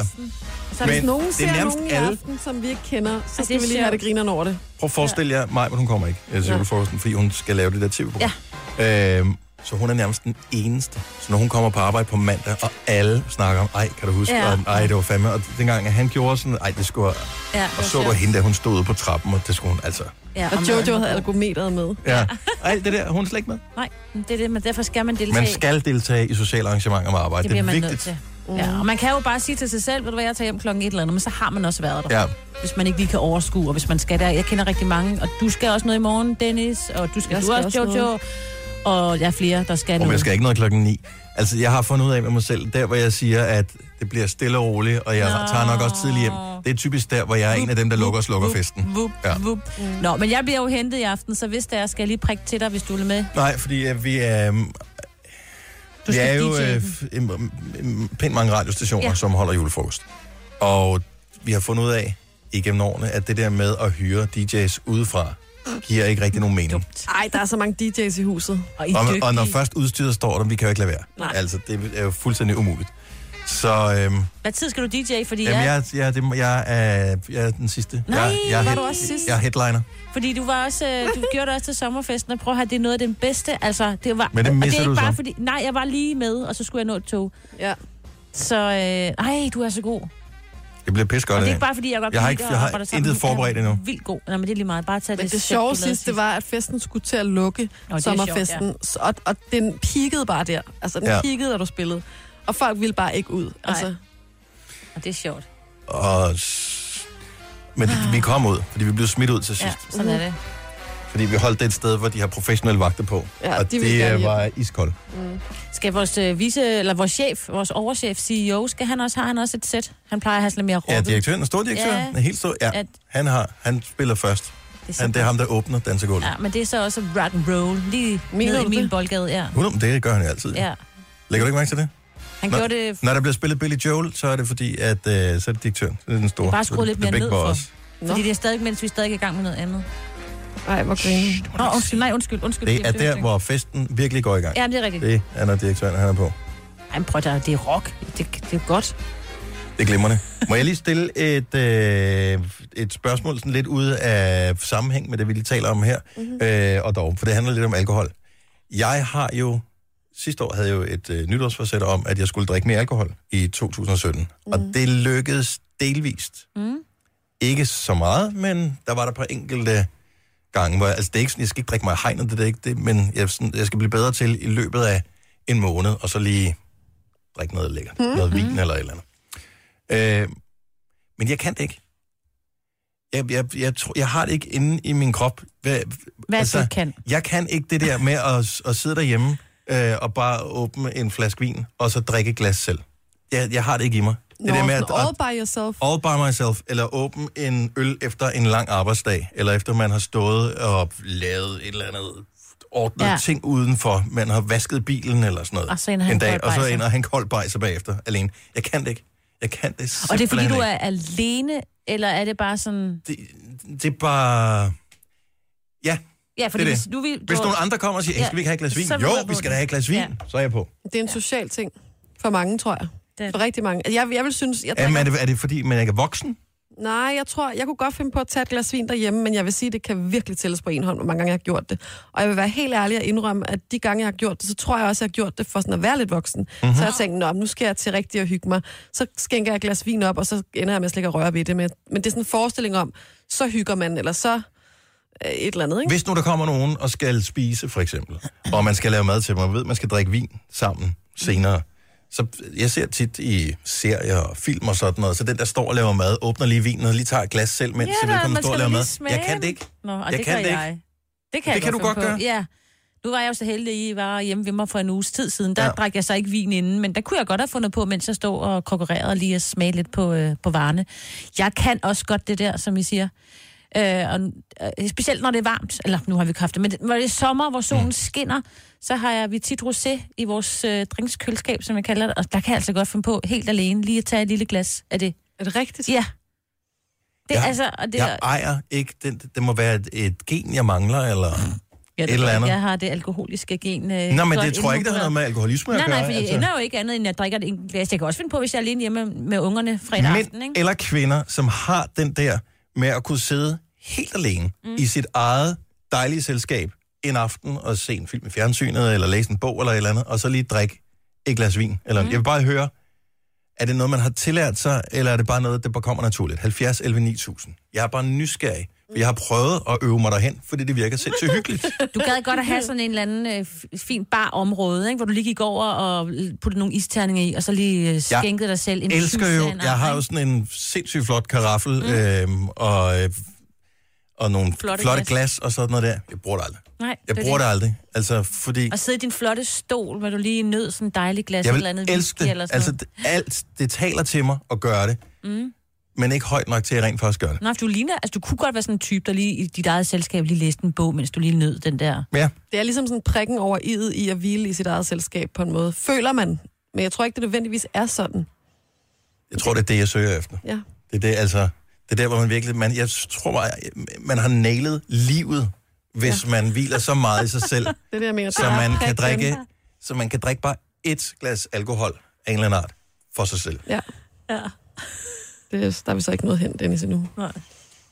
Så hvis Men nogen det er ser nærmest nogen i alle. aften, som vi ikke kender, så det er skal vi lige have sjovt. det grinerne over det. Prøv at forestille jer, Maj, men hun kommer ikke øh, til Ja. julefrokosten, fordi hun skal lave det der tv-program. Ja. Øhm, Så hun er nærmest den eneste. Så når hun kommer på arbejde på mandag, og alle snakker om, ej, kan du huske, Ja. ja. og, ej, det var fandme. Og dengang at han gjorde sådan, ej, det skulle... Ja, Og så var hende, der hun stod ude på trappen, og det skulle hun altså... Ja, Og Jojo havde alkohol. algometeret med. Ja, og alt det der, hun er slet ikke med. Nej, men det er det, men derfor skal man deltage. Man skal deltage i sociale arrangementer med arbejde. det Det, bliver er man nødt vigtigt. til. Mm. Ja, og man kan jo bare sige til sig selv, ved du hvad, jeg tager hjem klokken et eller andet, men så har man også været der. Ja. Hvis man ikke lige kan overskue, og hvis man skal der. Jeg kender rigtig mange, og du skal også noget i morgen, Dennis, og du skal, Jeg du skal også, også Jojo. noget. Og der er flere, der skal Og noget. man skal ikke noget klokken 9. Altså, jeg har fundet ud af med mig selv, der hvor jeg siger, at det bliver stille og roligt, og jeg Nå. tager nok også tidligt hjem. Det er typisk der, hvor jeg er en af dem, der lukker og slukker festen. Vup, Ja. vup. Mm. Nå, men jeg bliver jo hentet i aften, så hvis der er, skal jeg lige prikke til dig, hvis du vil med. Nej, fordi øh, vi er... øhm, Du vi skal er jo DJ'e. øh, f- en, en, pænt mange radiostationer, Ja. ja. som holder julefrokost. Og vi har fundet ud af igennem årene, at det der med at hyre DJ's udefra, giver ikke rigtig nogen mening. Ej, der er så mange DJ's i huset. Og, I er Og, og dygtige. når først udstyret står der, vi kan jo ikke lade være. Nej. Altså, det er jo fuldstændig umuligt. Så øhm, Hvad tid skal du DJ? Fordi, Jamen, jeg, jeg, jeg, det, må- jeg, er, jeg er den sidste. Nej, jeg, jeg, er var head- du også sidst? Jeg er headliner. fordi du, var også, øh, du gjorde det også til sommerfesten, og prøv at have det er noget af den bedste. Altså, det var, Men det og det er misser ikke du bare så. fordi, Nej, jeg var lige med, og så skulle jeg nå et tog. Ja. Så øh, ej, du er så god. Det bliver pis Og godt det er af. ikke bare, fordi jeg godt Jeg har kan ikke- lide dig jeg og har arbejder sammen. intet Du er forberedt endnu. Vildt god. Nej, men det er lige meget. Bare tag Men det det sæt, du sjove lavede sidst, det var, at festen skulle til at lukke Nå, det er sommerfesten. sjovt, ja. og, og den peakede bare der. Altså, den Ja. ja. peakede, da du spillede. Og folk ville bare ikke ud. Altså, Og det er sjovt. Og, s- men det, vi kom ud, fordi vi blev smidt ud til Ja, sidst. Ja. sådan er det. Fordi vi holdt det et sted, hvor de har professionelle vagter på. Ja, og de vil det gerne øh, hjem. var iskoldt. Skal vores, øh, vice, eller vores chef, vores overchef, CEO, skal han også, har han også et sæt? Han plejer at have sådan lidt mere Ja, råbet. direktøren, stordirektøren, Ja. ja. helt stor, ja. Ja. Han, har, han spiller først. det, er Han, det er ham, der åbner dansegulvet. Ja, men det er så også rock and roll. Lige Mener ned i du min det? boldgade, ja. Ja. Det gør han jo altid. Ja. ja. Lægger du ikke mærke til det? Han Nå. gjorde det Når der bliver spillet Billy Joel, så er det fordi, at øh, så er det direktøren. Så er det den store. Det er bare Så skruet det- lidt det er mere Big ned for. Boss. Fordi det er stadig, mens vi er stadig i gang med noget andet. ej, hvor griner. Nå, undskyld, nej, undskyld, undskyld. Det er direktør, der, hvor festen virkelig går i gang. Ja, men det er rigtigt. Det er, når direktøren han er på. Ej, men prøv at høre, det er rock. Det, det er godt. Det er glimrende. Må jeg lige stille et, øh, et spørgsmål sådan lidt ude af sammenhæng med det, vi lige taler om her, mm-hmm. øh, og dog, for det handler lidt om alkohol. Jeg har jo, sidste år havde jeg jo et øh, nytårsforsæt om, at jeg skulle drikke mere alkohol i 2017, mm. og det lykkedes delvist. Mm. Ikke så meget, men der var der på enkelte gange, hvor, altså det er ikke sådan, jeg skal ikke drikke mig i hegnet, det er ikke det, men jeg, sådan, jeg skal blive bedre til i løbet af en måned, og så lige drikke noget lækkert, mm. noget vin eller et eller andet. Øh, men jeg kan det ikke. Jeg, jeg, jeg, tror, jeg har det ikke inde i min krop. Hvad, Hvad altså, du kan. Jeg kan ikke det der med at, at sidde derhjemme øh, og bare åbne en flaske vin, og så drikke et glas selv. Jeg, jeg har det ikke i mig. Det Nå, der med sådan all by yourself. all by myself, eller åbne en øl efter en lang arbejdsdag, eller efter man har stået og lavet et eller andet ordnet Ja. ja. ting udenfor. Man har vasket bilen eller sådan noget Og så en og have en kold og så bajser. en og han kold bajser bagefter alene. Jeg kan det ikke. Jeg kan det Og det er fordi, simpelthen du ikke er alene, eller er det bare sådan... det, det er bare... Ja, Ja, fordi det. hvis nu vi... hvis nogen andre kommer og siger, hey, skal vi ikke have et glas Ja, vin? så vil Jo, jeg på vi skal den. da have et glas vin. Ja. Ja. Så er jeg på. Det er en social ting. For mange, tror jeg. Det- For rigtig mange. Altså, Jeg, jeg vil synes... Jeg Jamen, drikker, er, det, er det fordi, man ikke er voksen? nej, jeg tror, jeg kunne godt finde på at tage et glas vin derhjemme, men jeg vil sige, det kan virkelig tælles på en hånd, hvor mange gange jeg har gjort det. Og jeg vil være helt ærlig og indrømme, at de gange, jeg har gjort det, så tror jeg også, jeg har gjort det for sådan at være lidt voksen. Mhm. Mm-hmm. Så jeg tænkte, nå, nu skal jeg til rigtig at hygge mig. Så skænker jeg et glas vin op, og så ender jeg med slet ikke at røre ved det. Men, men det er sådan en forestilling om, så hygger man, eller så øh, et eller andet, ikke? Hvis nu der kommer nogen og skal spise, for eksempel, og man skal lave mad til dem, og ved, man skal drikke vin sammen senere, så jeg ser tit i serier og film og sådan noget, så den, der står og laver mad, åbner lige vinen og lige tager et glas selv, mens Ja, da, ja, man vedkommende står og skal laver lige mad. smage Jeg kan den. det ikke. Nå, og Jeg det kan gør det ikke. jeg. Det kan, Det jeg kan du finde godt på. Ja. Nu var jeg jo så heldig, at I var hjemme ved mig for en uges tid siden. Der ja. Ja. drak jeg så ikke vin inden, men der kunne jeg godt have fundet på, mens jeg stod og konkurrerede lige at smage lidt på, øh, på varerne. Jeg kan også godt det der, som I siger. Øh, og, øh, specielt når det er varmt, eller nu har vi ikke haft det, men når det er sommer, hvor solen mm. skinner, så har jeg vi tit rosé i vores øh, drinkskøleskab, som jeg kalder det, og der kan jeg altså godt finde på helt alene lige at tage et lille glas af det. Er det rigtigt? Ja. Det, Jeg- altså, og det, Jeg ejer ikke. Det, det må være et, et gen, jeg mangler, eller... Ja, det Et tror eller jeg ikke. andet. Jeg har det alkoholiske gen. Øh, Nå, men godt det tror jeg ikke, der har noget med alkoholisme at Nej, gøre. altså. nej, for jeg ender jo ikke andet, end at jeg drikker et enkelt glas. Jeg kan også finde på, hvis jeg er alene hjemme med ungerne fredag aften, Mænd ikke? eller kvinder, som har den der med at kunne sidde helt alene mm. i sit eget dejlige selskab en aften og se en film i fjernsynet, eller læse en bog eller et eller andet, og så lige drikke et glas vin. Eller, mm. Jeg vil bare høre, er det noget, man har tillært sig, eller er det bare noget, der bare kommer naturligt? 70, 11, 9000. Jeg er bare nysgerrig. for Jeg har prøvet at øve mig derhen, fordi det virker sindssygt hyggeligt. Du gad godt at have sådan en eller anden øh, f- fin barområde, ikke? hvor du lige gik over og puttede nogle isterninger i, og så lige øh, skænkede dig selv en elsker jo, tusinder, jeg har jo ikke? sådan en sindssygt flot karaffel, mm. øhm, og, øh, og nogle flotte, Flotte flotte glas. glas. og sådan noget der. Jeg bruger det aldrig. Nej, Jeg er bruger det aldrig. Altså, fordi Og sidde i din flotte stol, hvor du lige nød sådan en dejlig glas jeg eller vil andet elske whisky det. eller sådan Altså, noget. det- alt, det taler til mig at gøre det, mm. men ikke højt nok til, at jeg rent faktisk gør det. Nå, for du ligner, altså du kunne godt være sådan en type, der lige i dit eget selskab lige læste en bog, mens du lige nød den der. Men ja, Det er ligesom sådan prikken over i'et i at hvile i sit eget selskab på en måde. Føler man. Men jeg tror ikke, det nødvendigvis er sådan. jeg tror, det er det, jeg søger efter. Ja. Det er det, altså, det er der, hvor man virkelig... Man, jeg tror, bare, man har nailet livet, hvis ja. man hviler så meget i sig selv. Det er det, jeg mener. så Det er man kan prikken. drikke, så man kan drikke bare et glas alkohol af en eller anden art for sig selv. Ja. Ja. Det, der er vi så ikke noget hen, Dennis, endnu. Nej,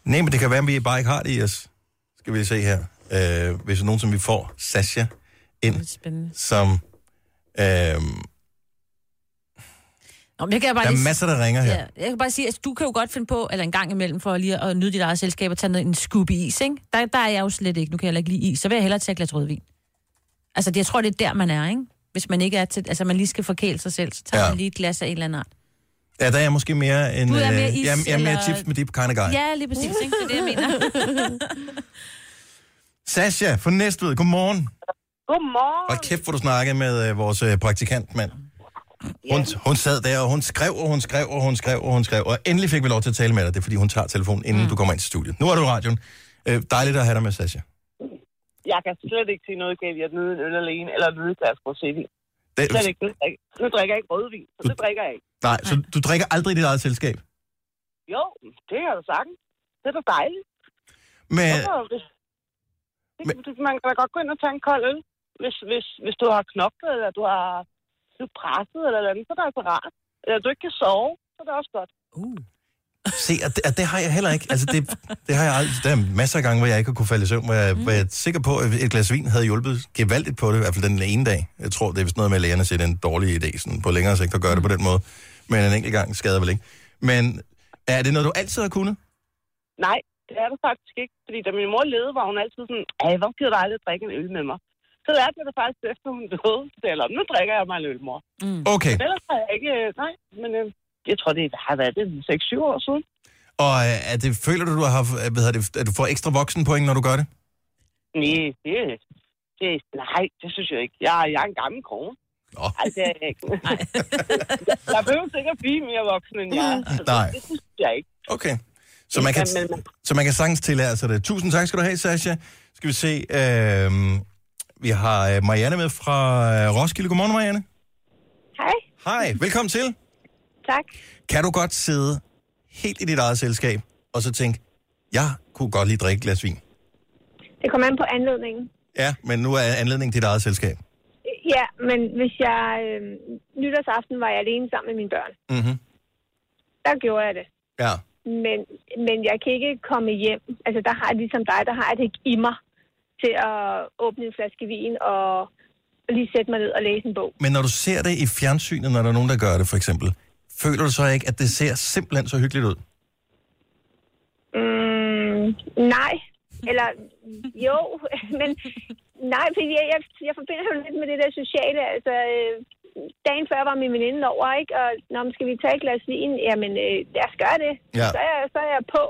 men det kan være, at vi bare ikke har det i os. Skal vi se her. Øh, hvis nogen, som vi får, Sasha, ind, Spændende. som... Øh, der Nå, men jeg kan bare er lige... masser, der ringer her. Ja, jeg kan bare sige, at altså, du kan jo godt finde på, eller en gang imellem, for lige at nyde dit eget selskab og tage noget, en skub i is, ikke? Der, der er jeg jo slet ikke. Nu kan jeg heller ikke lide is. Så vil jeg hellere tage et glas rødvin. Altså, det, jeg tror, det er der, man er, ikke? Hvis man ikke er til... Altså, man lige skal forkæle sig selv, så tager Ja. ja. man lige et glas af en eller anden art. Ja, der er jeg måske mere en... Du er øh, mere is, jeg, jeg er mere eller- tips med deep kind of guy. Ja, lige præcis, ikke? Det er det, jeg mener. Sasha fra Næstved, godmorgen. Godmorgen. Hold kæft, hvor du snakkede med øh, vores øh, praktikantmand. Hun, hun sad der, og hun skrev, og hun skrev, og hun skrev, og hun skrev. Og endelig fik vi lov til at tale med dig. Det er, fordi hun tager telefonen, inden mm. du kommer ind til studiet. Nu er du i radioen. Øh, dejligt at have dig med, Sasha. Jeg kan slet ikke se noget galt i at nyde en øl alene, eller nyde et glas rosévin. Det, Slet ikke. Nu drikker- Nu drikker jeg ikke rødvin, så det drikker jeg ikke. nej, så du drikker aldrig i dit eget selskab. Jo, det har du sagtens. Det er da dejligt. Men, Hvorfor? Hvis, det, men- det, man kan da godt gå ind og tage en kold øl, hvis, hvis, hvis du har knoklet, eller du har du er presset, eller noget andet, så er det altså rart. Eller du ikke kan sove, så er det også godt. se, og det, og det har jeg heller ikke. Altså, det, det har jeg aldrig. Der er masser af gange, hvor jeg ikke har kunne falde i søvn, hvor jeg, mm. hvor jeg er sikker på, at et glas vin havde hjulpet gevaldigt på det, i hvert fald den ene dag. Jeg tror, det er vist noget med, at lægerne siger, det er en dårlig idé sådan, på længere sigt at gøre det på den måde. Men en enkelt gang skader vel ikke. Men er det noget, du altid har kunnet? Nej, det er det faktisk ikke. Fordi da min mor levede, var hun altid sådan, Ej, hvor gider du aldrig drikke en øl med mig? Så lærte jeg det faktisk, efter hun døde. Så sagde jeg, "Nå, nu drikker jeg mig en øl, mor. Okay. Men ellers har jeg ikke... øh, Nej, men øh, jeg tror, det har været det 6-7 år siden. Og øh, er det, føler du, du har, haft- øh, hvad hedder det, at du får ekstra voksenpoint, når du gør det? Nej, det, det, nej, det synes jeg ikke. Jeg, jeg er en gammel kone. Nå. Nej, det er jeg ikke. jeg behøver sikkert at blive mere voksen, end jeg er. Så Nej. Det, det synes jeg ikke. Okay. Så man kan, Ja, men- så man kan sagtens tillære sig det. Tusind tak skal du have, Sasha. Skal vi se, øh, vi har øh, Marianne med fra øh, Roskilde. Godmorgen, Marianne. Hej, Hej, velkommen til. tak. Kan du godt sidde helt i dit eget selskab, og så tænke, jeg kunne godt lige drikke et glas vin. Det kommer an på anledningen. Ja, men nu er anledningen dit eget selskab. Ja, men hvis jeg... Øh, nytårsaften var jeg alene sammen med mine børn. Mhm. Mm-hmm. Der gjorde jeg det. Ja. Men, men jeg kan ikke komme hjem. Altså, der har jeg ligesom dig, der har jeg det ikke i mig til at åbne en flaske vin og lige sætte mig ned og læse en bog. Men når du ser det i fjernsynet, når der er nogen, der gør det for eksempel, føler du så ikke, at det ser simpelthen så hyggeligt ud? Mm, nej. Eller jo, men nej, fordi jeg, jeg, jeg forbinder jo lidt med det der sociale. Altså, øh, dagen før var min veninde over, ikke? Og når man skal vi tage et glas vin? Jamen, øh, lad os gøre det. Ja. Så, er jeg, så er jeg på.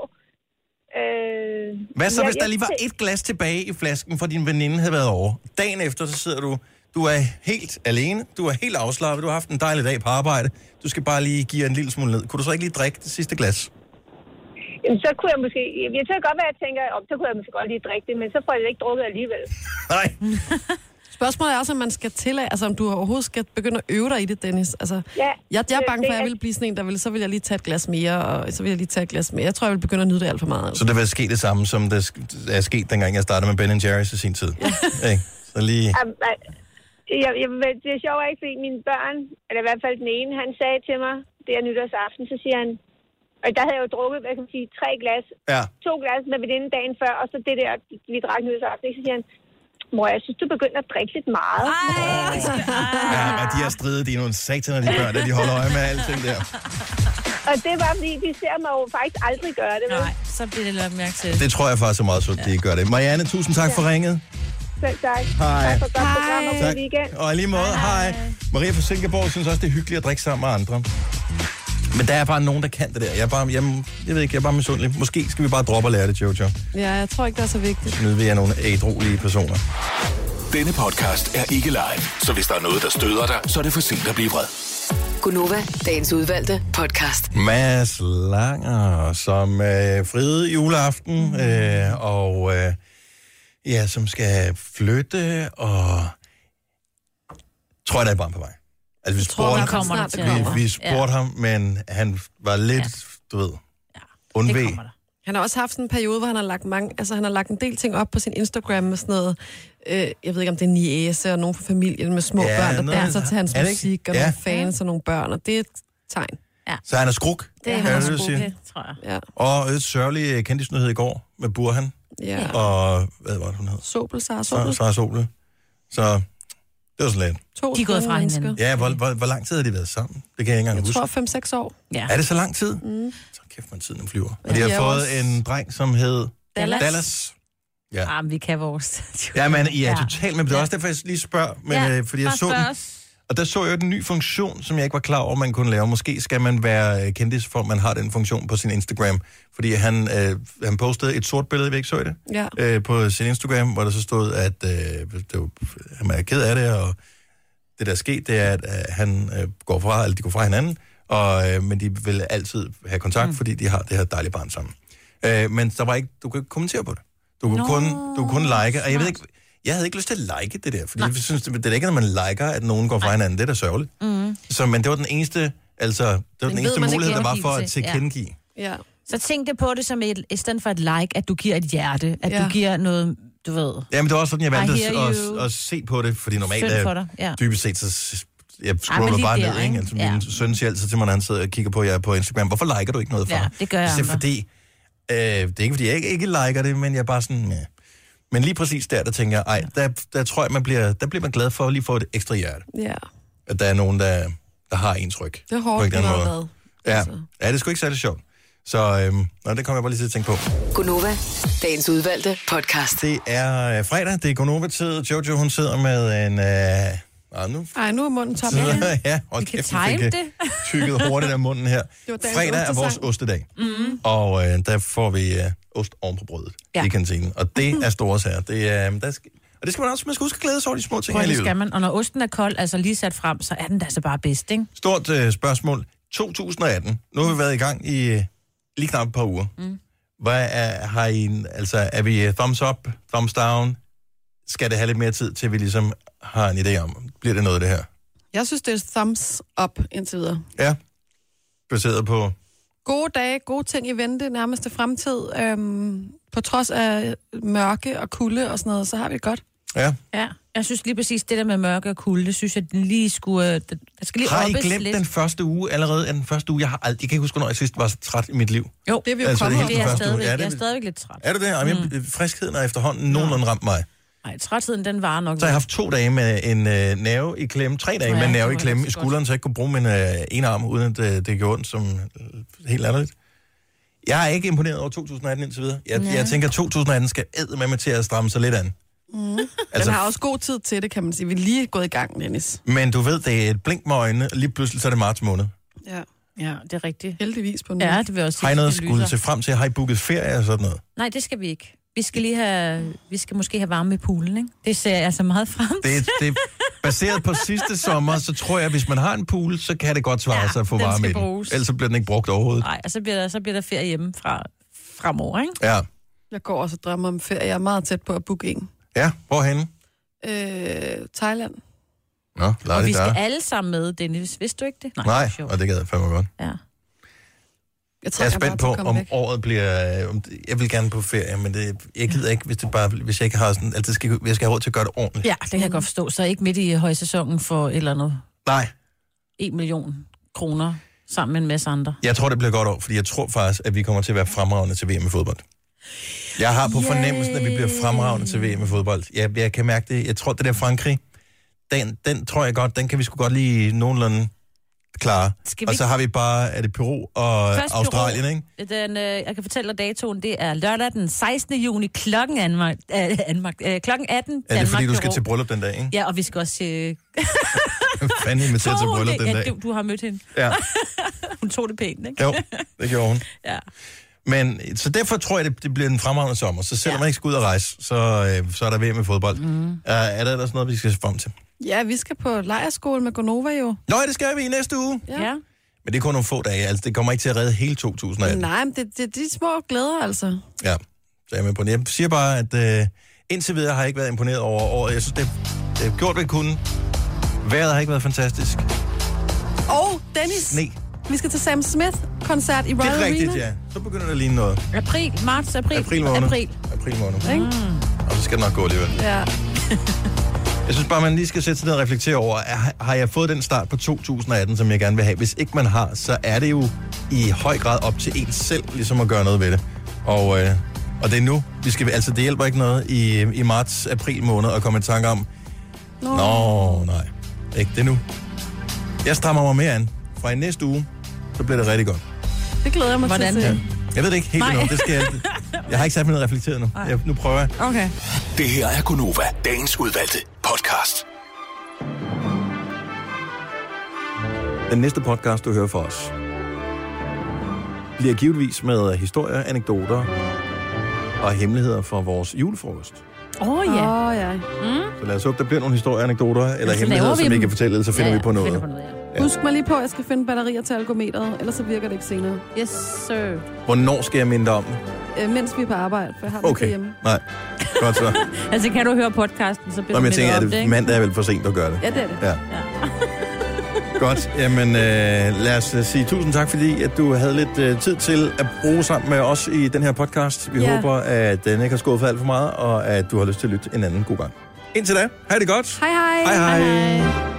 Øh, Hvad så, jeg- hvis der jeg- lige var et glas tilbage i flasken, for din veninde havde været over? Dagen efter, så sidder du, du er helt alene, du er helt afslappet, du har haft en dejlig dag på arbejde, du skal bare lige give en lille smule ned. Kunne du så ikke lige drikke det sidste glas? Jamen, så kunne jeg måske... Jeg tror godt være, at jeg tænker, om så kunne jeg måske godt lige drikke det, men så får jeg det ikke drukket alligevel. Nej. Spørgsmålet er også, om man skal til, altså om du overhovedet skal begynde at øve dig i det, Dennis. Altså, Ja, jeg, jeg er det- bange det for, at jeg er- ville blive sådan en, der vil, så vil jeg lige tage et glas mere, og så vil jeg lige tage et glas mere. Jeg tror, jeg vil begynde at nyde det alt for meget. altså. Så det vil ske det samme, som det sk- er sket, dengang jeg startede med Ben Jerry's i sin tid. Ikke? Så lige... Am- al- Jeg, jeg, men det er sjovt, ikke? Fordi mine børn, eller i hvert fald den ene, han sagde til mig, det er nytårsaften, så siger han, og der havde jeg jo drukket, hvad kan man sige, tre glas, Ja. to glas med veninden dagen før, og så det der, vi drak nytårsaften, ikke? så siger han, mor, jeg synes, du begynder at drikke lidt meget. Ah. Ja, og de har stridet, de er nogle sataner, de børn, der de holder øje med alting der. Og det er bare fordi, de ser mig jo faktisk aldrig gøre det. vel? Nej, så bliver det lagt mærke til. Det tror jeg faktisk er meget sundt, de gør det. Marianne, tusind tak for ringet. Selv tak. Hej. Tak for et godt program og god Tak. weekend. Og i lige måde, hej. Maria fra Singapore synes også, det er hyggeligt at drikke sammen med andre. Men der er bare nogen, der kan det der. Jeg er bare, jamen, jeg ved ikke, jeg er bare misundelig. Måske skal vi bare droppe og lære det, Jojo. Ja, jeg tror ikke, det er så vigtigt. Nu vi er nogle ædrolige personer. Denne podcast er ikke live, så hvis der er noget, der støder dig, så er det for sent at blive vred. Gunova, dagens udvalgte podcast. Mads Langer, som øh, friede juleaften, øh, og øh, ja, som skal flytte, og tror jeg, der er et barn på vej. Altså, vi Hvor spurgte, kommer snart, det til det at kommer. komme? vi, vi spurgte ja. ham, men han var lidt, ja. du ved, Det undvig. kommer der. Han har også haft sådan en periode, hvor han har lagt mange, altså han har lagt en del ting op på sin Instagram med sådan noget, øh, jeg ved ikke om det er niæse og nogen fra familien med små Ja, ja, børn, der noget- danser til hans er det ikke? musik, og Ja. ja. nogle fans og nogle børn, og det er et tegn. Så han er skruk, Det kan er jeg hans lyst til at sige. gruppe, tror jeg. Ja, Og et sørgelig øh, kendisnyhed i går med Burhan, ja. ja. og hvad var det, hun hed? Sobel, Sara Sara- Sobel. Sara Sole. Så det var sådan lidt. To De er gået skønne fra mennesker. hinanden. Ja, hvor, hvor, hvor lang tid har de været sammen? Det kan jeg ikke engang Jeg huske. tror 5-6 år. Ja. Er det så lang tid? Mm. Så kæft, man tiden flyver. Og de Ja, har de er fået også- en dreng, som hed Dallas. Dallas. Ja. Ah, men vi kan vores. Ja, men I er Ja. totalt med, det er også derfor, jeg lige spørger, men, Ja, ja, fordi jeg bare så spørg den, os. og der så jeg den ny funktion, som jeg ikke var klar over, man kunne lave. Måske skal man være øh, kendis, for at man har den funktion på sin Instagram, fordi han, øh, han postede et sort billede, vi ikke så det, Ja. øh, på sin Instagram, hvor der så stod, at øh, det var, han er ked af det, og det der er sket, det er, at øh, han øh, går fra, eller de går fra hinanden, og, øh, men de vil altid have kontakt, mm. fordi de har det her dejlige barn sammen. Øh, men der var ikke, du kan ikke kommentere på det. Du kunne, kun, du kunne kun like, og jeg ved ikke, jeg havde ikke lyst til at like det der, fordi jeg synes, det, det er da ikke, når man liker, at nogen går fra hinanden. Det er da sørgeligt. Mm. Så, men det var den eneste, altså, det var den ved eneste man mulighed, der var for at tilkendegivelse, ja. tilkendegive. Ja. Ja. Så tænk det på det som et, i stedet for et like, at du giver et hjerte, at ja. Ja. du giver noget, du ved. Ja, men det var også sådan, jeg valgte I hear at, you. at, at se på det, fordi normalt Synd for er dig, ja. dybest set, så s- jeg scroller lige bare der, ned, ikke? ikke? Altså, min Ja. søn siger altid til mig, når han sidder og kigger på jer på Instagram, hvorfor liker du ikke noget for Ja, mig? det gør jeg siger, andre. fordi, øh, det er ikke, fordi jeg ikke, ikke liker det, men jeg er bare sådan, ja. Men lige præcis der, der tænker jeg, ej, der, der tror jeg, man bliver, der bliver man glad for at lige få et ekstra hjerte. ja, At der er nogen, der, der har ens ryg. det er På en hårdt, det eller anden har måde. været. Ja. Altså. ja, det er sgu ikke særlig sjovt. Så øhm, nå, det kommer jeg bare lige til at tænke på. Gunova, dagens udvalgte podcast. Det er øh, fredag, det er Gonova-tid. Jojo, hun sidder med en... Øh, nej, nu Ej, nu er munden tom. Ja. sidder, ja, og kan kæft, time vi fik øh, det. tykket hurtigt af munden her. var dagens Fredag er vores ostesang. ostedag, mm-hmm. og øh, der får vi øh, ost oven på brødet ja. Ja. i kantinen. Og det er store sager. Det, øh, der skal, og det skal man også, man skal huske at glæde sig over de små ting Prøv, i det livet. skal man. Og når osten er kold, altså lige sat frem, så er den da altså bare bedst, ikke? Stort øh, spørgsmål. 2018. Nu har vi været i gang i øh, lige knap et par uger. Mm. Hvad er, har I, en- altså, er vi øh, thumbs up, thumbs down? Skal det have lidt mere tid, til vi ligesom har en idé om, bliver det noget af det her? Jeg synes, det er thumbs up indtil videre. Ja. Baseret på... Gode dage, gode ting i vente, nærmeste fremtid. Øhm, på trods af mørke og kulde og sådan noget, så har vi det godt. Ja. Ja. Jeg synes lige præcis, det der med mørke og kulde, det synes jeg den lige skulle... øh, det- Der skal lige Har I oppes glemt lidt. den første uge allerede? Er den første uge, jeg har aldrig... Jeg kan ikke huske, hvornår jeg sidst var så træt i mit liv. Jo, Det er vi jo Altså, altså, det kommet er over. helt- det er Den jeg første stadigvæk. Ja, uge. Ja, det- Jeg er stadigvæk lidt træt. Er det det? Jamen, jeg, friskheden har efterhånden nogenlunde ramt mig. Nej, trætheden, den varer nok. Så har jeg haft to dage med en øh, nerve i klemme, tre dage Ja, med en det nerve var i klemme i rigtig godt. skulderen, så jeg ikke kunne bruge min øh, ene arm, uden at øh, det gjorde ondt, som øh, helt ærligt. Jeg er ikke imponeret over 2018 indtil videre. Jeg, jeg tænker, at 2018 skal æde med mig til at stramme sig lidt an. Mm. Altså, Den har også god tid til det, kan man sige. Vi er lige gået i gang, Dennis. Men du ved, det er et blink med øjnene, og lige pludselig så er det marts måned. Ja. Ja, det er rigtigt. Heldigvis på nu. Ja, det vil jeg også sige. Har I noget at det lyser. skulle se frem til? Har I booket ferie og sådan noget? Nej, det skal vi ikke. Vi skal lige have, vi skal måske have varme i poolen, ikke? Det ser jeg altså meget frem til. Det, det, baseret på sidste sommer, så tror jeg, at hvis man har en pool, så kan det godt svare ja, Ja, sig at få den varme skal i den. bruges. Ellers så bliver den ikke brugt overhovedet. Nej, og så bliver der, så bliver der ferie hjemme fra, fremover, ikke? Ja. Jeg går også og drømmer om ferie. Jeg er meget tæt på at booke en. Ja, hvorhenne? Øh, Thailand. Nå, lad Og det vi der. skal alle sammen med, Dennis. Vidste du ikke det? det Nej, er sjovt. og det gad jeg fandme godt. Ja. Jeg, Jeg er trænger bare spændt til på, at komme om væk. året bliver... øh, Om det, jeg vil gerne på ferie, men det, jeg gider ikke, hvis, det bare, hvis jeg ikke har sådan... Altså, skal, jeg skal have råd til at gøre det ordentligt. ja, det kan jeg godt forstå. Så ikke midt i højsæsonen for et eller andet Nej, 1 million kroner sammen med en masse andre. jeg tror, det bliver godt år, fordi jeg tror faktisk, at vi kommer til at være fremragende til VM i fodbold. Jeg har på fornemmelsen, at vi bliver fremragende til VM i fodbold. Jeg, jeg kan mærke det. Jeg tror, det der Frankrig, den, den tror jeg godt, den kan vi sgu godt lige nogenlunde klare. Skal vi Og så ikke- har vi bare, er det Peru og Først Australien, ikke? ikke? Den, øh, jeg kan fortælle dig datoen, det er lørdag den 16. juni klokken, anmagt, øh, anmagt, øh, klokken 18. Er det Danmark, fordi, du skal Peru. til bryllup den dag, ikke? Ja, og vi skal også... Øh, Fanden inviteret til Tror hun bryllup det? den dag. Ja, du, du har mødt hende. Ja, Hun tog det pænt, ikke? jo, det gjorde hun. Ja. Men, så derfor tror jeg, det, det bliver en fremragende sommer. Så selvom Ja. man ikke skal ud og rejse, så, øh, så er der VM med fodbold. Mm. Er, er der ellers noget, vi skal se frem til? Ja, vi skal på lejerskole med Gonova jo. Nå, det skal vi i næste uge. Ja. ja. Men det er kun nogle få dage. Altså, det kommer ikke til at redde hele 2018. Nej, men det, det, de små glæder altså. Ja, så er jeg med på det. Jeg siger bare, at øh, indtil videre har jeg ikke været imponeret over året. Jeg synes, det, det har gjort, hvad jeg kunne. Vejret har ikke været fantastisk. Og Dennis, Sne. vi skal til Sam Smith-koncert i Royal Det er rigtigt, Arena. ja. Så begynder det at ligne noget. April, marts, april. April måned. April. April måned. Ikke? Mm. Og så skal det nok gå alligevel. Ja. Jeg synes bare, man lige skal sætte sig ned og reflektere over, er- har jeg fået den start på 2018, som jeg gerne vil have? Hvis ikke man har, så er det jo i høj grad op til en selv, ligesom at gøre noget ved det. Og, øh, og det er nu. Vi skal, altså, det hjælper ikke noget i, i marts, april måned at komme i tanke om, nå, nå nej, ikke det nu. Jeg strammer mig mere an. Fra i næste uge, så bliver det rigtig godt. Det glæder jeg mig Hvordan? til at se. Jeg ved det ikke helt endnu. Det skal jeg, jeg har ikke sat mig ned og reflekteret endnu. Jeg, nu prøver jeg. Okay. Det her er Gonova, dagens udvalgte podcast. Den næste podcast, du hører fra os, bliver givetvis med historier, anekdoter og hemmeligheder fra vores julefrokost. Åh, oh, ja. Åh, ja. Så lad os håbe, der bliver nogle historier, anekdoter eller så laver hemmeligheder, vi som vi dem. kan fortælle, eller så finder ja, ja, vi på noget. Finder på noget ja. Ja. Husk mig lige på, at jeg skal finde batterier til algometeret, ellers så virker det ikke senere. Yes, sir. Hvornår skal jeg minde dig om? det? Øh, mens vi er på arbejde, for jeg har det Okay, okay. hjemme. nej. Godt så. Altså, kan du høre podcasten, så bliver Nå, du men mindet jeg tænker, at om det, det mandag er vel for sent at gøre det. Ja, det er det. Ja. Godt, jamen øh, lad os øh, sige tusind tak, fordi at du havde lidt øh, tid til at bruge sammen med os i den her podcast. Vi Ja. håber, at den ikke har skuffet alt for meget, og at du har lyst til at lytte en anden god gang. Indtil da, ha' det godt. Hej hej. hej. hej. Hej, hej. hej.